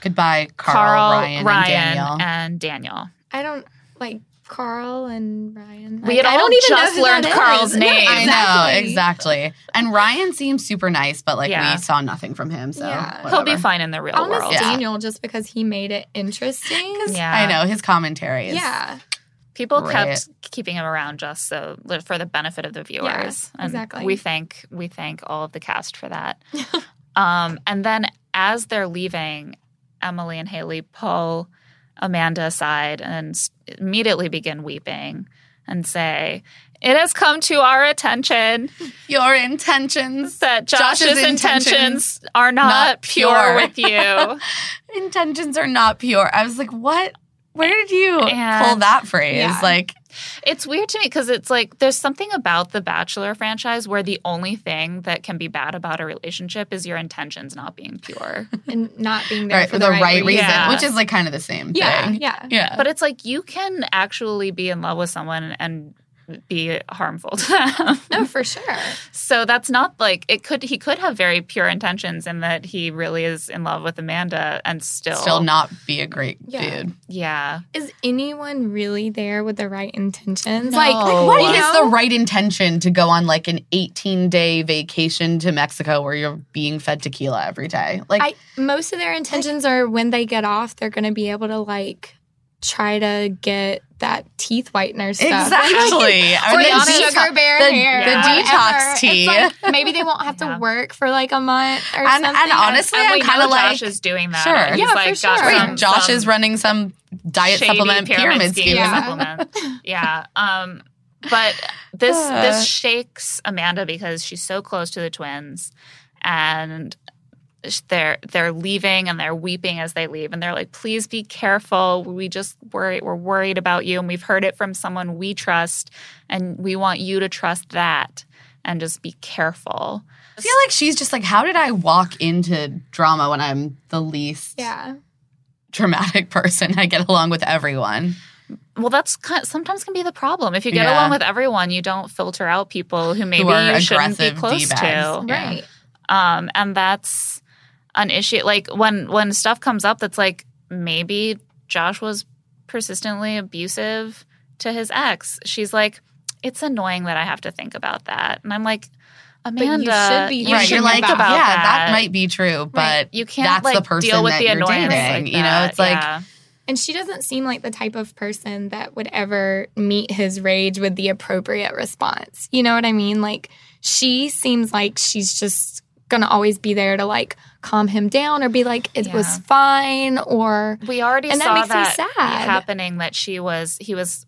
Goodbye, Carl, Carl Ryan, and Daniel. and Daniel I don't like Carl and Ryan. We Like, had I all don't even just know who learned that is. Carl's No, name. I know, exactly. And Ryan seems super nice, but like Yeah. we saw nothing from him. So Yeah. He'll he'll be whatever. fine in the real I'll miss world Yeah. Daniel just because he made it interesting. yeah I know his commentary is Yeah, People Right. kept keeping him around just so for the benefit of the viewers. And exactly. We thank we thank all of the cast for that. um, and then as they're leaving, Emily and Haley pull Amanda aside and s- immediately begin weeping and say, "It has come to our attention your intentions. that Josh's, Josh's intentions, intentions are not, not pure. pure." with you." Intentions are not pure. I was like, what? Where did you pull And- that phrase? Yeah. Like, It's weird to me because it's like there's something about the Bachelor franchise where the only thing that can be bad about a relationship is your intentions not being pure. and not being there right, for the, right, reason, Yeah. which is like kind of the same Yeah, thing. yeah. Yeah. but it's like you can actually be in love with someone and be harmful to them. No, for sure. So that's not like it could he could have very pure intentions in that he really is in love with Amanda and still Still not be a great Yeah. dude. Yeah. Is anyone really there with the right intentions? Like, Like, like what you is know? the right intention to go on like an 18 day vacation to Mexico where you're being fed tequila every day? Like, I, most of their intentions are when they get off, they're going to be able to like try to get that teeth whitener stuff. exactly. Or Or the the detox- sugar bear the- hair, the detox It's tea. like, maybe they won't have to Yeah. work for like a month or And- and something. honestly, And I'm we know kind of like Josh is doing that. sure. He's Yeah, for like got sure. Wait, some- Josh some- is running some diet shady supplement pyramid, scheme. scheme. Yeah. supplement. yeah. Um, But this Uh. this shakes Amanda because she's so close to the twins, and sh- they're they're leaving and they're weeping as they leave, and they're like, "Please be careful. We just worry. We're worried about you, and we've heard it from someone we trust, and we want you to trust that, and just be careful." I feel like she's just like, how did I walk into drama when I'm the least Yeah. dramatic person? I get along with everyone. Well, that's kind sometimes can be the problem. If you get Yeah. along with everyone, you don't filter out people who maybe are you shouldn't be aggressive close D-bags. to. Yeah. Right. um, and that's an issue. Like when when stuff comes up, that's like maybe Josh was persistently abusive to his ex. She's like, it's annoying that I have to think about that, and I'm like, you Amanda, should be- You right. You're should know like, yeah, about that. might be true, but Right. You can't that's like the person deal with that the you're annoyance dating. like you know, that. it's like Yeah. And she doesn't seem like the type of person that would ever meet his rage with the appropriate response. You know what I mean? Like, she seems like she's just gonna always be there to like calm him down or be like, it was Yeah. fine or. We already And that saw makes me that sad. happening. That she was, he was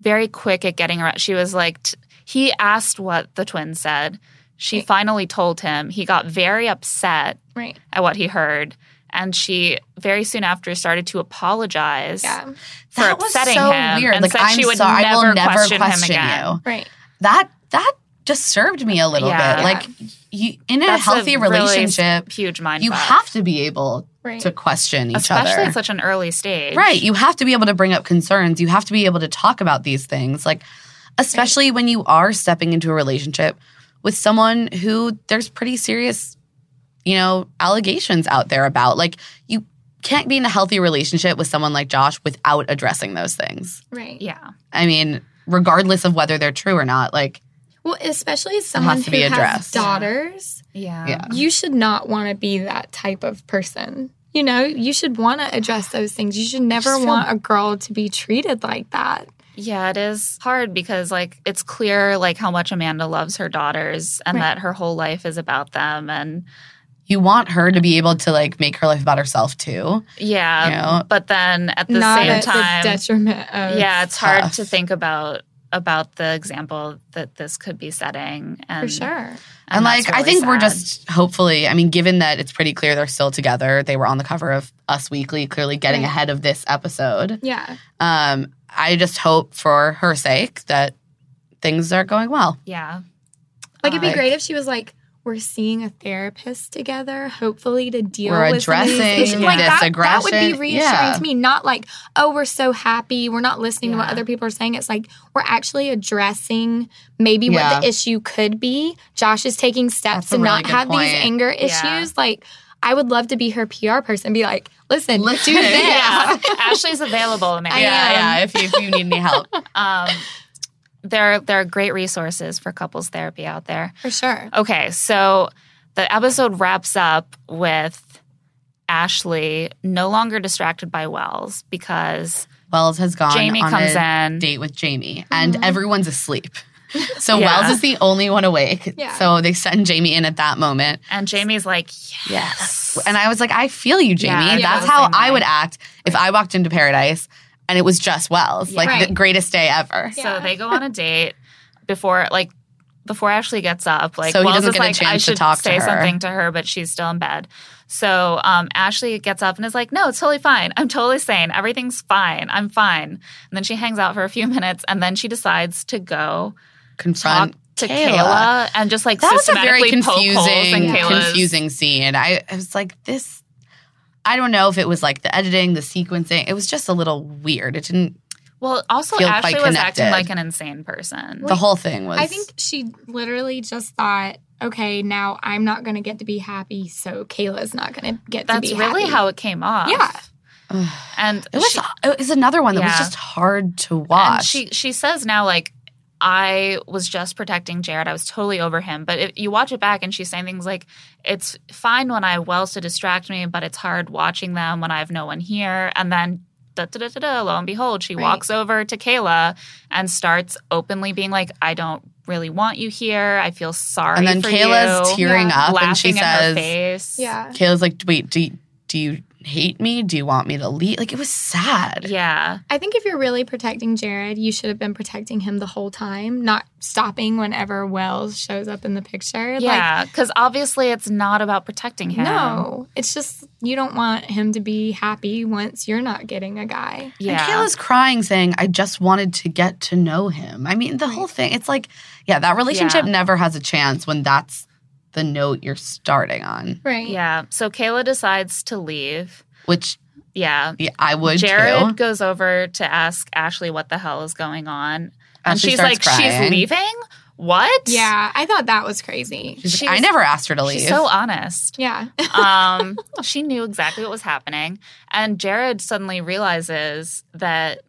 very quick at getting around. She was like, t- he asked what the twins said. She Right. finally told him. He got very upset Right. at what he heard, and she very soon after started to apologize Yeah. for that was upsetting so him, weird. and like said I'm she would sorry, I never, will never question, question, him again. you. Right. That that disturbed me a little Yeah. bit. Like you, in a That's healthy really relationship, huge mind. you fuck. have to be able Right. to question each especially other. at such an early stage, Right. You have to be able to bring up concerns. You have to be able to talk about these things. Like, especially when you are stepping into a relationship with someone who there's pretty serious, you know, allegations out there about. Like, you can't be in a healthy relationship with someone like Josh without addressing those things. Right. Yeah, I mean, regardless of whether they're true or not, like, Well, especially as someone has to who be has addressed. daughters, yeah, yeah. you should not want to be that type of person. You know, you should want to address those things. You should never want a girl to be treated like that. Yeah, it is hard because like it's clear like how much Amanda loves her daughters and Right. that her whole life is about them and You want her to be able to, like, make her life about herself too. yeah, Yeah. but then at the not same at time the detriment of yeah, it's hard tough. to think about about the example that this could be setting and for sure. And, that's like, I really think we're sad. just hopefully, I mean, given that it's pretty clear they're still together, they were on the cover of Us Weekly, clearly getting Right. ahead of this episode. Yeah. Um, I just hope for her sake that things are going well. yeah. Uh, Like it'd be Like- great if she was like, "We're seeing a therapist together, hopefully to deal We're with some of these addressing issues." like this that, That would be aggression. reassuring Yeah. to me. Not like, "Oh, we're so happy. We're not listening to what Yeah. other people are saying." It's like we're actually addressing maybe what the issue could be. Josh is taking steps That's a to really not good have point. these anger issues. Yeah. Like, I would love to be her PR person. Be like, "Listen, Listen. do this." Yeah. Ashley's available, Amanda. am. yeah. If you, if you need any help, Um there there are great resources for couples therapy out there. For sure. Okay, so the episode wraps up with Ashley no longer distracted by Wells because Wells has gone Jamie on comes a in. Mm-hmm. date with Jamie, and everyone's asleep. So Yeah. Wells is the only one awake. Yeah. So they send Jamie in at that moment. and Jamie's like, yes. And I was like, I feel you, Jamie. Yeah, I feel That's the how same I way. would act if I walked into paradise and it was just Wells, like the Right. greatest day ever. So they go on a date before like before Ashley gets up. Like So he Wells doesn't is get a like, I chance to should talk to say her. something to her, but she's still in bed. So um, Ashley gets up and is like, "No, it's totally fine. I'm totally sane. Everything's fine. I'm fine." And then she hangs out for a few minutes, and then she decides to go talk Confront to Kayla, Kayla. and just like that was a very systematically poke holes in confusing, Kayla's. confusing scene. I, I was like, this. I don't know if it was like the editing, the sequencing. It was just a little weird. It didn't. Well, also Feel Ashley quite was acting connected. like an insane person. the whole thing was. I think she literally just thought, okay, now I'm not going to get to be happy, so Kayla's not going to get That's to be really happy. how it came off. Yeah. and it was. she, it was another one that Yeah. was just hard to and watch. she she says now like I was just protecting Jared. I was totally over him. But if you watch it back, and she's saying things like, "It's fine when I have Wells to distract me, but it's hard watching them when I have no one here." And then. Da, da, da, da, da, lo and behold, she Right. walks over to Kayla and starts openly being like, "I don't really want you here. I feel sorry." and then for Kayla's you. tearing Yeah. up, and she laughing in her says, face. Yeah. "Kayla's like, wait, do you, do you hate me? Do you want me to leave? Like it was sad. Yeah. I think if you're really protecting Jared, you should have been protecting him the whole time, not stopping whenever Wells shows up in the picture. Like, Yeah. Because obviously it's not about protecting him. no, it's just you don't want him to be happy once you're not getting a guy. And Yeah. Kayla's crying, saying, I just wanted to get to know him. I mean, the whole thing, it's like, yeah, that relationship Yeah. never has a chance when that's the note you're starting on, Right. yeah. So Kayla decides to leave. which Yeah. yeah, I would Jared too. goes over to ask Ashley what the hell is going on. and Ashley she's starts like, crying. she's leaving? What? Yeah, I thought that was crazy. She's like, I She's- never asked her to leave. She's so honest. Yeah. um, she knew exactly what was happening. And Jared suddenly realizes that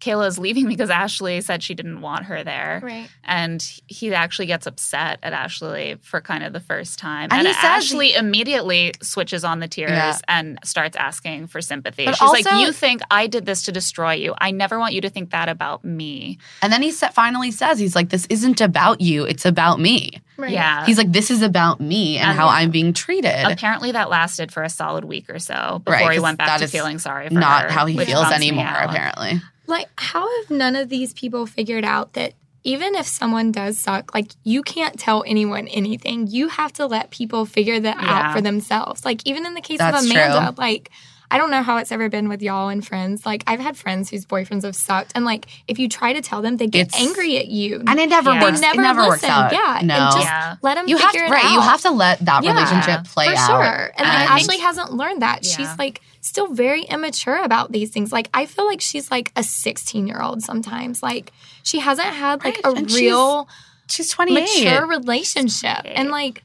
Kayla is leaving because Ashley said she didn't want her there. Right. And he actually gets upset at Ashley for kind of the first time. And And, he says- Ashley immediately switches on the tears Yeah. and starts asking for sympathy. But She's also- like, You think I did this to destroy you. I never want you to think that about me. and then he sa- finally says, he's like, this isn't about you, it's about me. Right. Yeah. He's like, this is about me and And- how I'm being treated. Apparently, that lasted for a solid week or so before Right, he 'cause went back that to is feeling sorry for Not her, how he which feels bums me anymore, out. apparently. Like, how have none of these people figured out that even if someone does suck, like, you can't tell anyone anything. You have to let people figure that Yeah. out for themselves. Like, even in the case That's of true. Amanda, like, I don't know how it's ever been with y'all and friends. Like, I've had friends whose boyfriends have sucked. And, like, if you try to tell them, they get It's- angry at you. And it never Yeah. works. They never it never works listen. out. Yeah. And No. just Yeah. let them you have to, figure it right. out. You have to let that Yeah, relationship play for out. sure. And like And- Ashley hasn't learned that. Yeah. She's like still very immature about these things. Like I feel like she's like a 16 year old sometimes. Like she hasn't had like Right, a and she's real She's 28. mature relationship. And like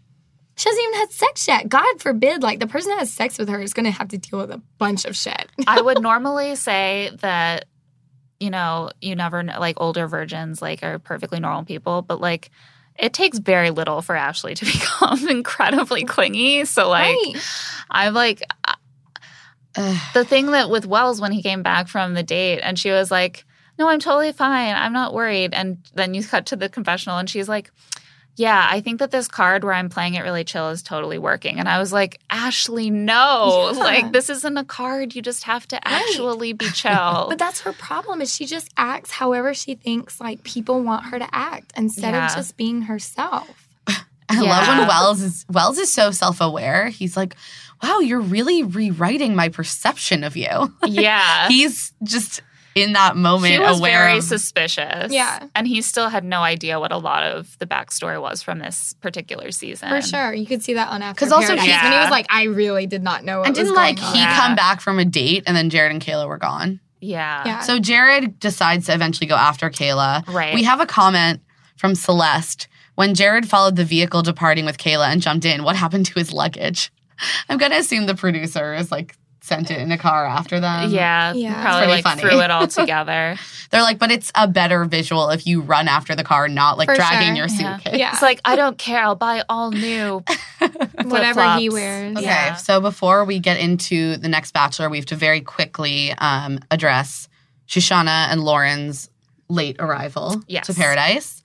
she hasn't even had sex yet. God forbid, like the person that has sex with her is gonna have to deal with a bunch of shit. I would normally say that you know you never know, like older virgins like are perfectly normal people, but like it takes very little for Ashley to become incredibly clingy. So like right. I'm like Ugh. the thing that with Wells when he came back from the date and she was like, "No, I'm totally fine. I'm not worried." And then you cut to the confessional and she's like. Yeah, I think that this card where I'm playing it really chill is totally working. And I was like, Ashley, no. Yeah. Like, this isn't a card. You just have to actually be chill. But that's her problem is she just acts however she thinks like people want her to act instead Yeah. of just being herself. I love Yeah. when Wells is Wells is so self aware. He's like, "Wow, you're really rewriting my perception of you." Uh. yeah. He's just in that moment She was aware. very of, suspicious. Yeah. And he still had no idea what a lot of the backstory was from this particular season. For sure, you could see that on after. 'Cause also Paradise, he's- when he Yeah. was like, I really did not know. What and didn't was like going he on. Yeah. come back from a date and then Jared and Kayla were gone. Yeah. Yeah. So Jared decides to eventually go after Kayla. Right. We have a comment from Celeste. When Jared followed the vehicle departing with Kayla and jumped in, what happened to his luggage? I'm gonna assume the producers like sent it in a car after them. yeah, Yeah. probably Pretty like um, funny. threw it all together. They're like, but it's a better visual if you run after the car, not like For dragging sure. your Yeah. suitcase. yeah, It's like I don't care. I'll buy all new. whatever he flip-flops. wears. Okay, Yeah. so before we get into the next bachelor, we have to very quickly um, address Shoshana and Lauren's late arrival Yes. to paradise.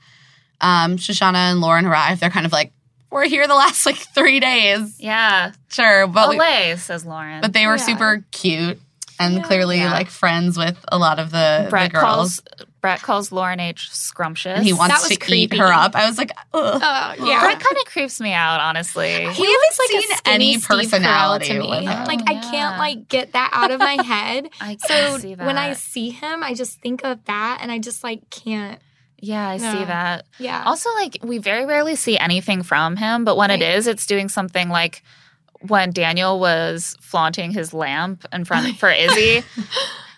Um, Shoshana and Lauren arrive. They're kind of like, we're here the last like three days. Yeah, Sure, but we- Olay says Lauren. but they were Yeah. super cute and Yeah. clearly Yeah. like friends with a lot of the, the Brett girls. calls Brett calls Lauren H scrumptious. and he That wants was to eat creepy. her up. I was like, ugh. Oh yeah, Brett kind of creeps me out, honestly. he we looks haven't like seen a skinny any Steve Carell personality to with me. him. Like I Yeah. can't like get that out of my head. I can so see that. when I see him, I just think of that, and I just like can't. yeah, I see No. that. Yeah, Also, like, we very rarely see anything from him, but when it Right. is, it's doing something like when Daniel was flaunting his lamp in front for Izzy,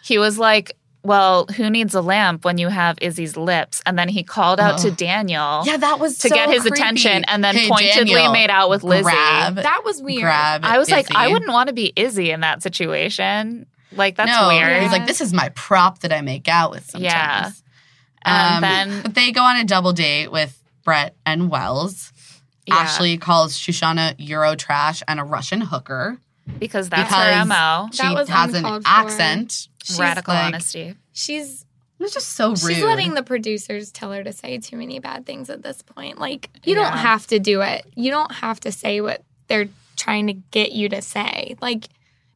he was like, Well, who needs a lamp when you have Izzy's lips? And then he called out to Ugh. Daniel yeah, that was Oh. to so get his creepy. attention and then Hey, pointedly Daniel, made out with Lizzie. grab, that was weird. grab. I was like, I Izzy. wouldn't want to be Izzy in that situation. Like, that's no. weird. He's Yeah. like, this is my prop that I make out with sometimes. Yeah. And Um, then- but they go on a double date with Brett and Wells. Yeah, Ashley calls Shoshana Euro trash and a Russian hooker. because that's her because- MO. She That was has an uncalled for. accent. Radical like- honesty. She's It's just so rude. she's letting the producers tell her to say too many bad things at this point. Like you Yeah. don't have to do it. You don't have to say what they're trying to get you to say. Like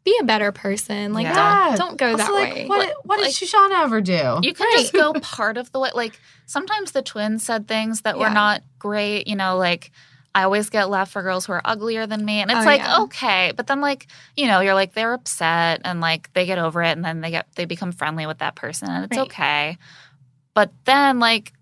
be a better person. Like, Yeah. don't, don't go that Also, like, way. What, what did like- Shoshana ever do? You can just go part of the way. Like sometimes the twins said things that were Yeah. not great, you know, like I always get left for girls who are uglier than me. And it's Oh, like, yeah. okay. But then like, you know, you're like they're upset and like they get over it and then they get they become friendly with that person and it's Right. okay. But then like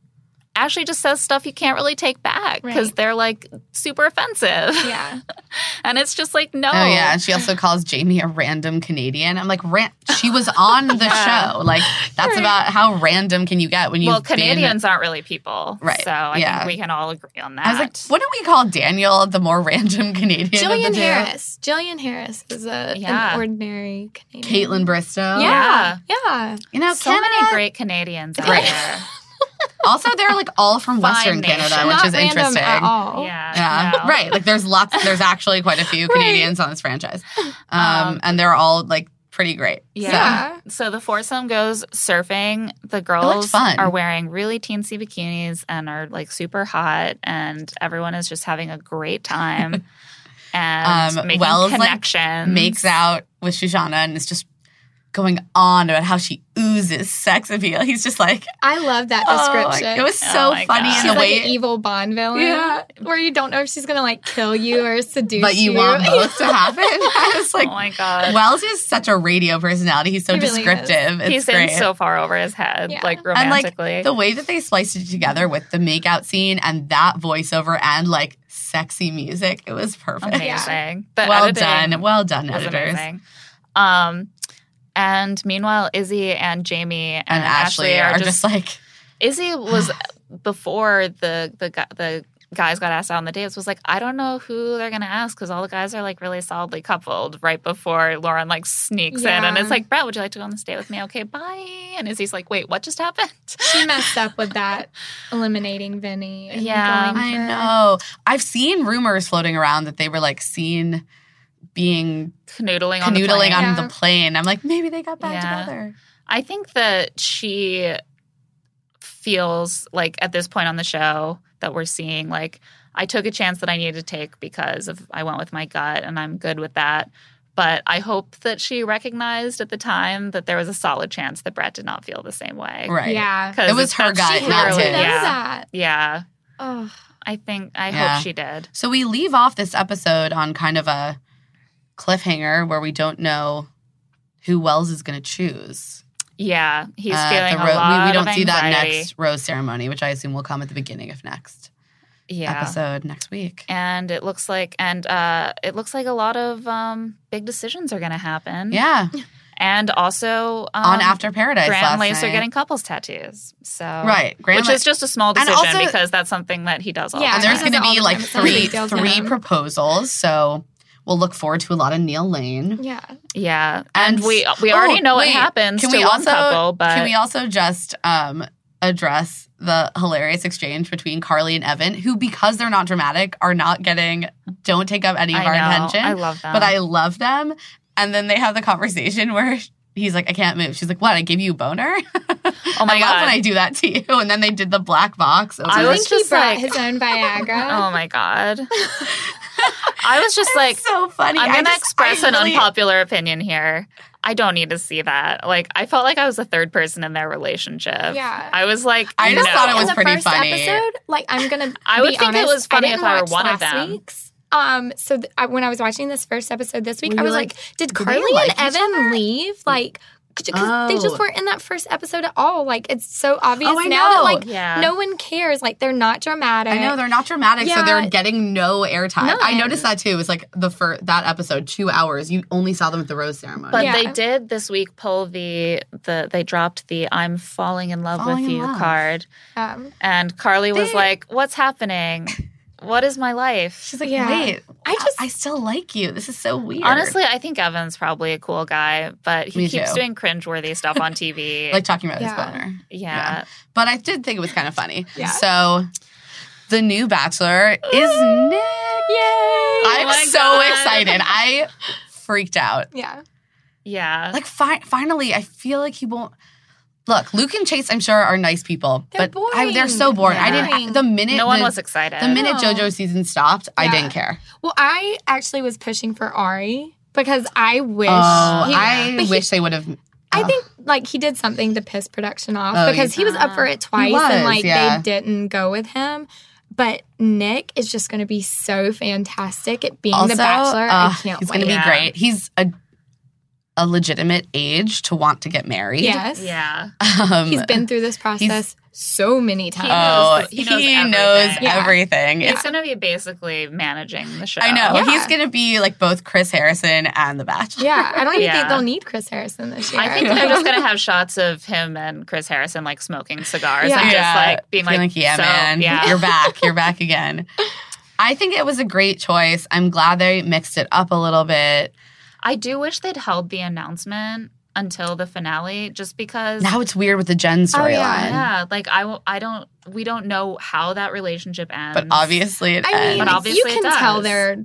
Ashley just says stuff you can't really take back because Right. they're like super offensive. yeah. and it's just like no. Oh yeah, and she also calls Jamie a random Canadian. I'm like, ran- she was on the show. Like that's about how random can you get when you Well, Canadians aren't really people. Right. So I Yeah. think we can all agree on that. I was like, wouldn't we call Daniel the more random Canadian? of Jillian the two? Harris. Jillian Harris is a, Yeah. an ordinary Canadian. Caitlin Bristow. Yeah. Yeah. you know, so many Canada- great Canadians out Right. there. Also, they're like all from Fine Western nation. Canada, Not which is random interesting. at all. Oh, Yeah, Yeah, no. right. Like there's lots. There's actually quite a few Right. Canadians on this franchise, um, Um, and they're all like pretty great. Yeah. Yeah. So the foursome goes surfing. The girls fun. are wearing really teensy bikinis and are like super hot, and everyone is just having a great time and Um, making Wells, like, connections. makes out with Shoshana and is just going on about how she oozes sex appeal. He's just like, I love that oh, like, description. it was Oh so my God. funny in she's the like way. an evil Bond villain. Yeah. Where you don't know if she's gonna like kill you or seduce but you you. want both to happen. I was like, oh my god, Wells is such a radio personality. He's so He really is. descriptive. It's he's great. in so far over his head, Yeah. like and like romantically. the way that they spliced it together with the makeout scene and that voiceover and like sexy music, it was perfect. amazing. Oh The Well editing done. Well done, was editors. amazing. Um, and meanwhile, Izzy and Jamie and, And Ashley are just just like, Izzy was before the the gu- the guys got asked out on the dates was like I don't know who they're gonna ask because all the guys are like really solidly coupled right before Lauren like sneaks in and Yeah. it's like Brett would you like to go on this date with me okay bye and Izzy's like wait what just happened She messed up with that eliminating Vinny. and Yeah. going I for- know. I've seen rumors floating around that they were like seen being canoodling on the canoodling plane. on plane. the Yeah. plane. I'm like, maybe they got back Yeah. together. I think that she feels like at this point on the show that we're seeing like I took a chance that I needed to take because of I went with my gut and I'm good with that. But I hope that she recognized at the time that there was a solid chance that Brett did not feel the same way. Right. Yeah. 'Cause It was her that's- she gut, not How clearly- did his. know Yeah. that? Yeah. Oh, I think I Yeah. hope she did. So we leave off this episode on kind of a cliffhanger where we don't know who Wells is going to choose. Yeah. He's Uh, feeling the a ro- lot we, we of don't see that anxiety. next rose ceremony, which I assume will come at the beginning of next yeah. episode next week. And it looks like and uh it looks like a lot of um big decisions are gonna happen. yeah, and also um, on After Paradise last Graham Lace are night. getting couples tattoos. So right, Graham which La- is just a small And decision also- because that's something that he does all Yeah, the and there's he going time. to does it all be the like time. It's not a big three deal to three him. proposals. So we'll look forward to a lot of Neil Lane. yeah. yeah, and, And- we we Oh, already know what wait. happens Can to we one also- couple, but Can we also just um, address the hilarious exchange between Carly and Evan, who, because they're not dramatic, are not getting, don't take up any of I our know, attention. I love them, but I love them. And then they have the conversation where he's like, I can't move. She's like, What? I gave you a boner? oh my I love god, when I do that to you. And then they did the black box. Over I I was think he just brought like- his own Viagra. oh my god, I was just like. so funny. I'm I gonna just- express I an really- unpopular opinion here. I don't need to see that. Like, I felt like I was the third person in their relationship. Yeah. I was like, I just no. thought it was in the pretty first funny. episode, like I'm gonna. I be would think it honest, was funny I didn't if I were watch one of last them. Week's. Um, so th- I, when I was watching this first episode this week, Were I you was like, like, did do they Carly like and each Evan other? leave? Like, because they Oh. just weren't in that first episode at all. Like, it's so obvious I now know. that like Yeah. no one cares. Like, they're not dramatic. I know they're not dramatic, so Yeah. they're getting no airtime. I None. noticed that too. It was like the for that episode, two hours. You only saw them at the rose ceremony. But Yeah. they did this week pull the the they dropped the I'm falling in love Falling in with you love. card. Um, And Carly was They- like, What's happening? What is my life? she's like, Yeah. wait, I just I still like you. This is so weird. Honestly, I think Evan's probably a cool guy, but he Me keeps too. doing cringeworthy stuff on TV. like talking about Yeah. his boner. yeah. But I did think it was kind of funny. Yeah. So the new bachelor is Nick. Yay! I'm my so God. excited. I freaked out. yeah. Yeah. Like fi- finally, I feel like he won't. Look, Luke and Chase, I'm sure, are nice people, They're but I, they're boring. so boring. I Yeah. didn't. The minute no one the- was excited. The minute Oh. No. JoJo season stopped, I Yeah. didn't care. Well, I actually was pushing for Ari because I wish. Oh, he- I but he- wish they uh, would have. I think like he did something to piss production off Oh, because he was up for it twice was, and like yeah. they didn't go with him. But Nick is just going to be so fantastic at being Also, the bachelor. uh, I can't he's wait. gonna be Yeah. great. He's a a legitimate age to want to get married. Yes. Yeah. Um, He's been through this process so many times. Oh, He he knows knows, everything. everything. Yeah. He's It's- going to be basically managing the show. I know. Yeah. He's gonna be like both Chris Harrison and The Bachelor. yeah, I don't even Yeah. think they'll need Chris Harrison this year. I think they're just going to have shots of him and Chris Harrison like smoking cigars and just like being like, Feeling yeah, so, man, Yeah. you're back, you're back again. I think it was a great choice. I'm glad they mixed it up a little bit. I do wish they'd held the announcement until the finale just because Now it's weird with the Jen storyline, Oh, yeah, yeah, like I w- I don't we don't know how that relationship ends. but obviously it I mean, ends. But obviously you it can tell does. they're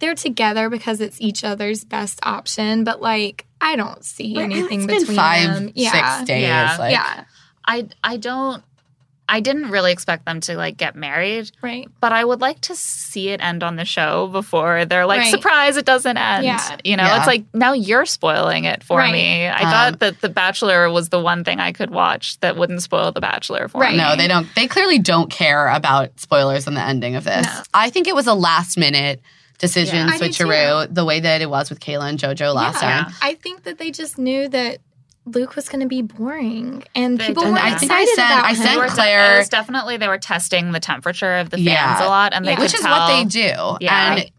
they're together because it's each other's best option. But like, I don't see anything it's between been five, them. Yeah, six days. Yeah. like, yeah, I I don't I didn't really expect them to like get married, right. but I would like to see it end on the show before they're like Right. surprise it doesn't end. Yeah. You know, Yeah. it's like now you're spoiling it for Right. me. I Um, thought that The Bachelor was the one thing I could watch that wouldn't spoil The Bachelor for Right. me. No, they don't. They clearly don't care about spoilers on the ending of this. No. I think it was a last minute decision Yeah. I do switcheroo, the way that it was with Kayla and JoJo last Yeah. time. I think that they just knew that Luke was going to be boring, and They people did were that. I excited think I said- about I him. said They were- Claire- it was definitely they were testing the temperature of the fans Yeah. a lot, and they Yeah. could Which is tell, what they do. Yeah. And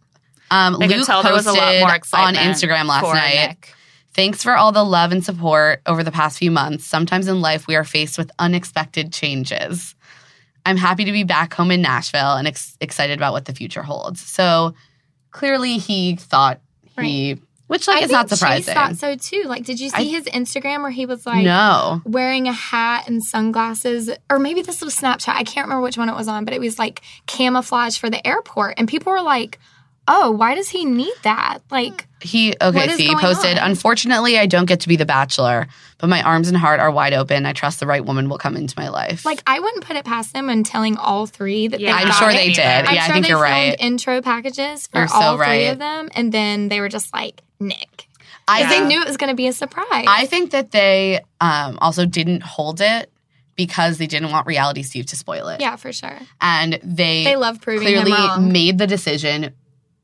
um, They Luke could tell there was a lot posted more on excitement Instagram last for night. Nick. Thanks for all the love and support over the past few months. Sometimes in life, we are faced with unexpected changes. I'm happy to be back home in Nashville and ex- excited about what the future holds. So clearly, he thought he, which like I is not think Chase surprising. thought so too. Like, did you see I- his Instagram where he was like, no, wearing a hat and sunglasses, or maybe this was Snapchat. I can't remember which one it was on, but it was like camouflage for the airport. And people were like, oh, why does he need that? Like, he okay. What is See, he going posted. on? Unfortunately, I don't get to be the bachelor, but my arms and heart are wide open. I trust the right woman will come into my life. like I wouldn't put it past them and telling all three that Yeah, they I'm got sure it. they did. I'm Yeah, I'm I sure think they you're filmed right. intro packages for You're so all three right. of them, and then they were just like Nick. I I think knew it was going to be a surprise. I think that they um, also didn't hold it because they didn't want Reality Steve to spoil it. yeah, for sure. And they, They love proving him clearly wrong. made the decision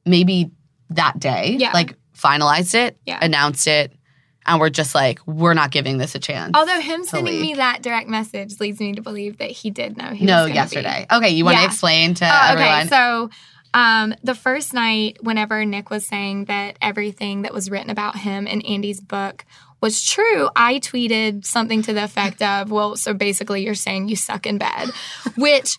maybe that day, Yeah. like finalized it, Yeah. announced it, and we're just like, we're not giving this a chance. Although him sending leak. me that direct message leads me to believe that he did know. He no, was gonna be. yesterday. Okay, you want to Yeah. explain to Oh, everyone? Okay, so um, the first night, whenever Nick was saying that everything that was written about him in Andy's book was true, I tweeted something to the effect of, well, so basically you're saying you suck in bed, which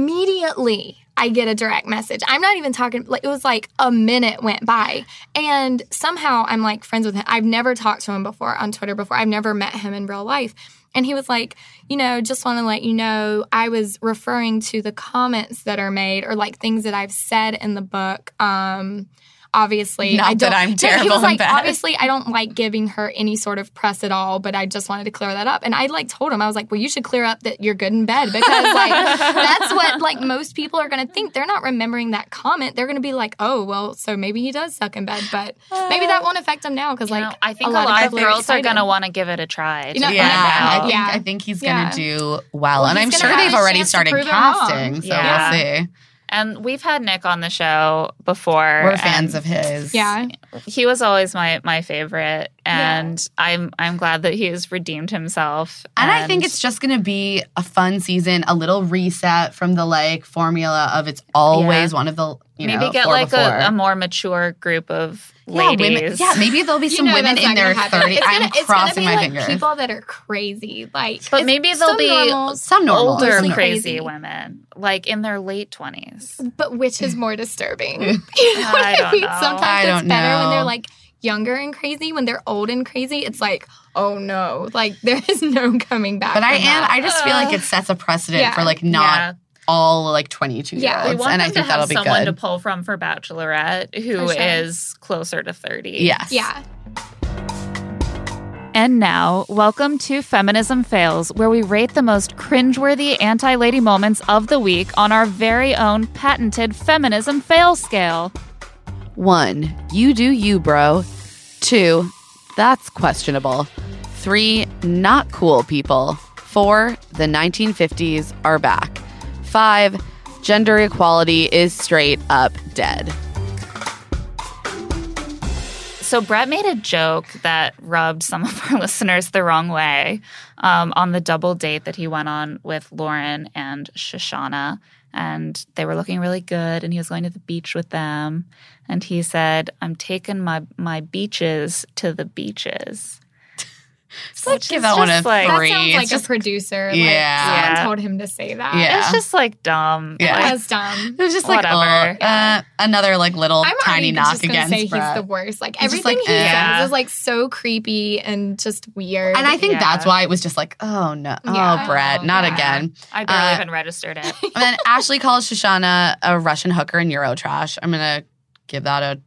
immediately I get a direct message. I'm not even talking, like, it was like a minute went by. And somehow I'm like friends with him. I've never talked to him before on Twitter before, I've never met him in real life. And he was like, you know, just want to let you know I was referring to the comments that are made or like things that I've said in the book. Um, obviously, Not I don't, that I'm No, terrible He was in like, bed. obviously, I don't like giving her any sort of press at all, but I just wanted to clear that up. And I like told him I was like, well, you should clear up that you're good in bed because like that's what like most people are going to think. They're not remembering that comment. They're going to be like, oh, well, so maybe he does suck in bed, but maybe that won't affect him now because You like know, I think a lot, of, people girls are going excited. to want to give it a try. You know, to yeah, find I out. think, Yeah. I think he's Yeah. gonna do well, and he's I'm gonna sure have they've a already chance to started prove it wrong. casting, so Yeah. we'll see. And we've had Nick on the show before. We're fans and of his. Yeah. He was always my my favorite, Yeah. and I'm I'm glad that he has redeemed himself. And I think it's just going to be a fun season, a little reset from the like formula of it's always one of the you maybe know, get four like before. a, a more mature group of yeah, ladies. Women, yeah, maybe there'll be You some know women that's not in their gonna happen. 30s. It's gonna- I'm it's gonna crossing be my like fingers. People that are crazy, like, But it's maybe they'll some be normals, some normal, older some crazy, Normals. Crazy. women, like in their late twenties. but which is more disturbing? you know what I I, don't mean? know. Sometimes I it's don't better when know. they're like younger and crazy. When they're old and crazy, it's like, oh no, like there is no coming back. But I from am. that. I just feel like it sets a precedent Yeah. for like not all like 22 year Yeah. olds, We want and them I think to have that'll be someone good. to pull from for Bachelorette who is For sure. closer to 30. yes. yeah, And now, welcome to Feminism Fails, where we rate the most cringeworthy anti lady moments of the week on our very own patented Feminism Fail Scale. One, you do you, bro. Two, that's questionable. Three, not cool people. Four, the 1950s are back. Five, gender equality is straight up dead. So Brett made a joke that rubbed some of our listeners the wrong way um, on the double date that he went on with Lauren and Shoshana, and they were looking really good, and he was going to the beach with them, and he said, "I'm taking my my beaches to the beaches." So give that one That a three. sounds It's like just- a producer. Like, Yeah. Someone Yeah. told him to say that. Yeah. It's just like dumb. Yeah. Like, That's dumb. It was just like, Whatever. oh, uh, another like little I'm tiny already knock just gonna against say Brett. he's the worst. Like He's just everything like, he eh. says is like so creepy and just weird. and I think Yeah. that's why it was just like, oh no, oh Yeah. Brett, not Yeah. again. I barely Uh, even registered it. And then Ashley calls Shoshana a Russian hooker and Eurotrash. I'm gonna give that a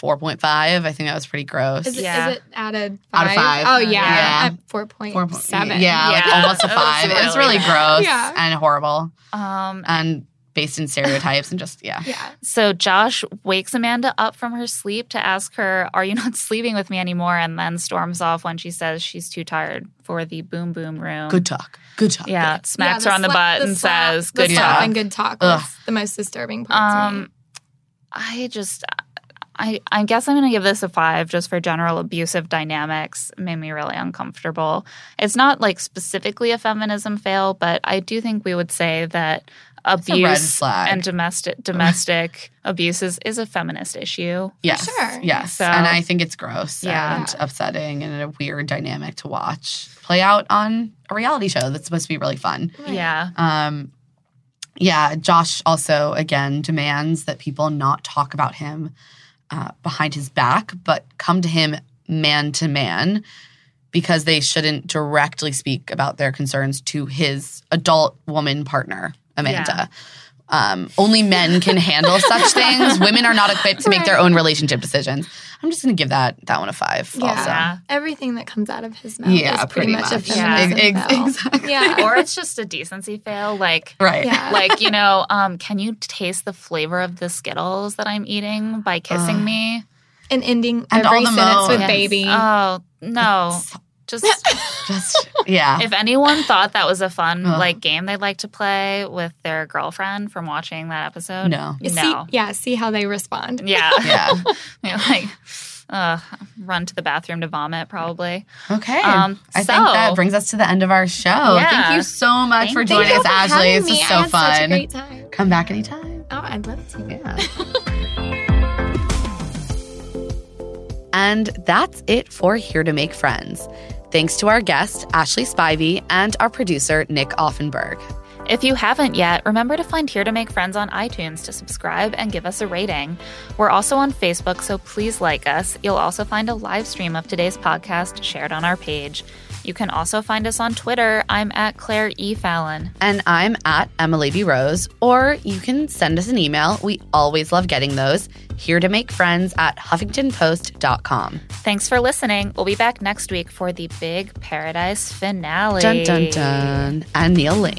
4.5. I think that was pretty gross. is, it, Yeah. is it out of Out five? of five. Oh yeah, Yeah. At four point Four point- seven. Yeah, like Yeah. almost a It was five. It really was really bad. gross Yeah. and horrible Um, and based in stereotypes and just yeah. yeah. So Josh wakes Amanda up from her sleep to ask her, Are you not sleeping with me anymore? And then storms off when she says she's too tired for the boom boom room. Good talk. Good talk. Yeah, Yeah, smacks her on the slap- butt and slap- says, the Good slap job. and good talk Ugh. was the most disturbing part. to me. Um, I just, I, I guess I'm going to give this a five just for general abusive dynamics. It made me really uncomfortable. It's not like specifically a feminism fail, but I do think we would say that a red abuse flag. and domestic domestic abuses is a feminist issue. Yes. Sure. Yes. So- and I think it's gross Yeah. and upsetting and a weird dynamic to watch play out on a reality show that's supposed to be really fun. Yeah. Um, yeah, Josh also again demands that people not talk about him uh, behind his back, but come to him man to man because they shouldn't directly speak about their concerns to his adult woman partner, Amanda. Um, only men can handle such things. Women are not equipped to make their own relationship decisions. I'm just going to give that that one a five. Yeah. Also, Yeah. Everything that comes out of his mouth Yeah, is pretty, pretty much, a much. Yeah. feminism Ex- ex- bell. exactly. Yeah. or it's just a decency fail. Like, right? Yeah. like you know, um, can you taste the flavor of the Skittles that I'm eating by kissing me? and ending And all every the sentence moans. with Yes. baby. Oh no! Just Just yeah. if anyone thought that was a fun Ugh. like game they'd like to play with their girlfriend from watching that episode, No. You no, See, yeah, see how they respond. yeah, Yeah. You're like. Uh, run to the bathroom to vomit, probably. Okay. Um, I so- think that brings us to the end of our show. Thank Yeah. you so much Thank for you. joining Thank us, y'all for Ashley. having This me. is I so had Such a fun. great time. Come back anytime. Oh, I'd love to. Yeah. and that's it for Here to Make Friends. Thanks to our guest, Ashley Spivey, and our producer, Nick Offenberg. If you haven't yet, remember to find Here to Make Friends on iTunes to subscribe and give us a rating. We're also on Facebook, so please like us. You'll also find a live stream of today's podcast shared on our page. You can also find us on Twitter. I'm at Claire E. Fallon. And I'm at Emily B. Rose, or you can send us an email. We always love getting those. Here to make friends at huffingtonpost.com. Thanks for listening. We'll be back next week for the big paradise finale. Dun dun dun. And Neil Lane.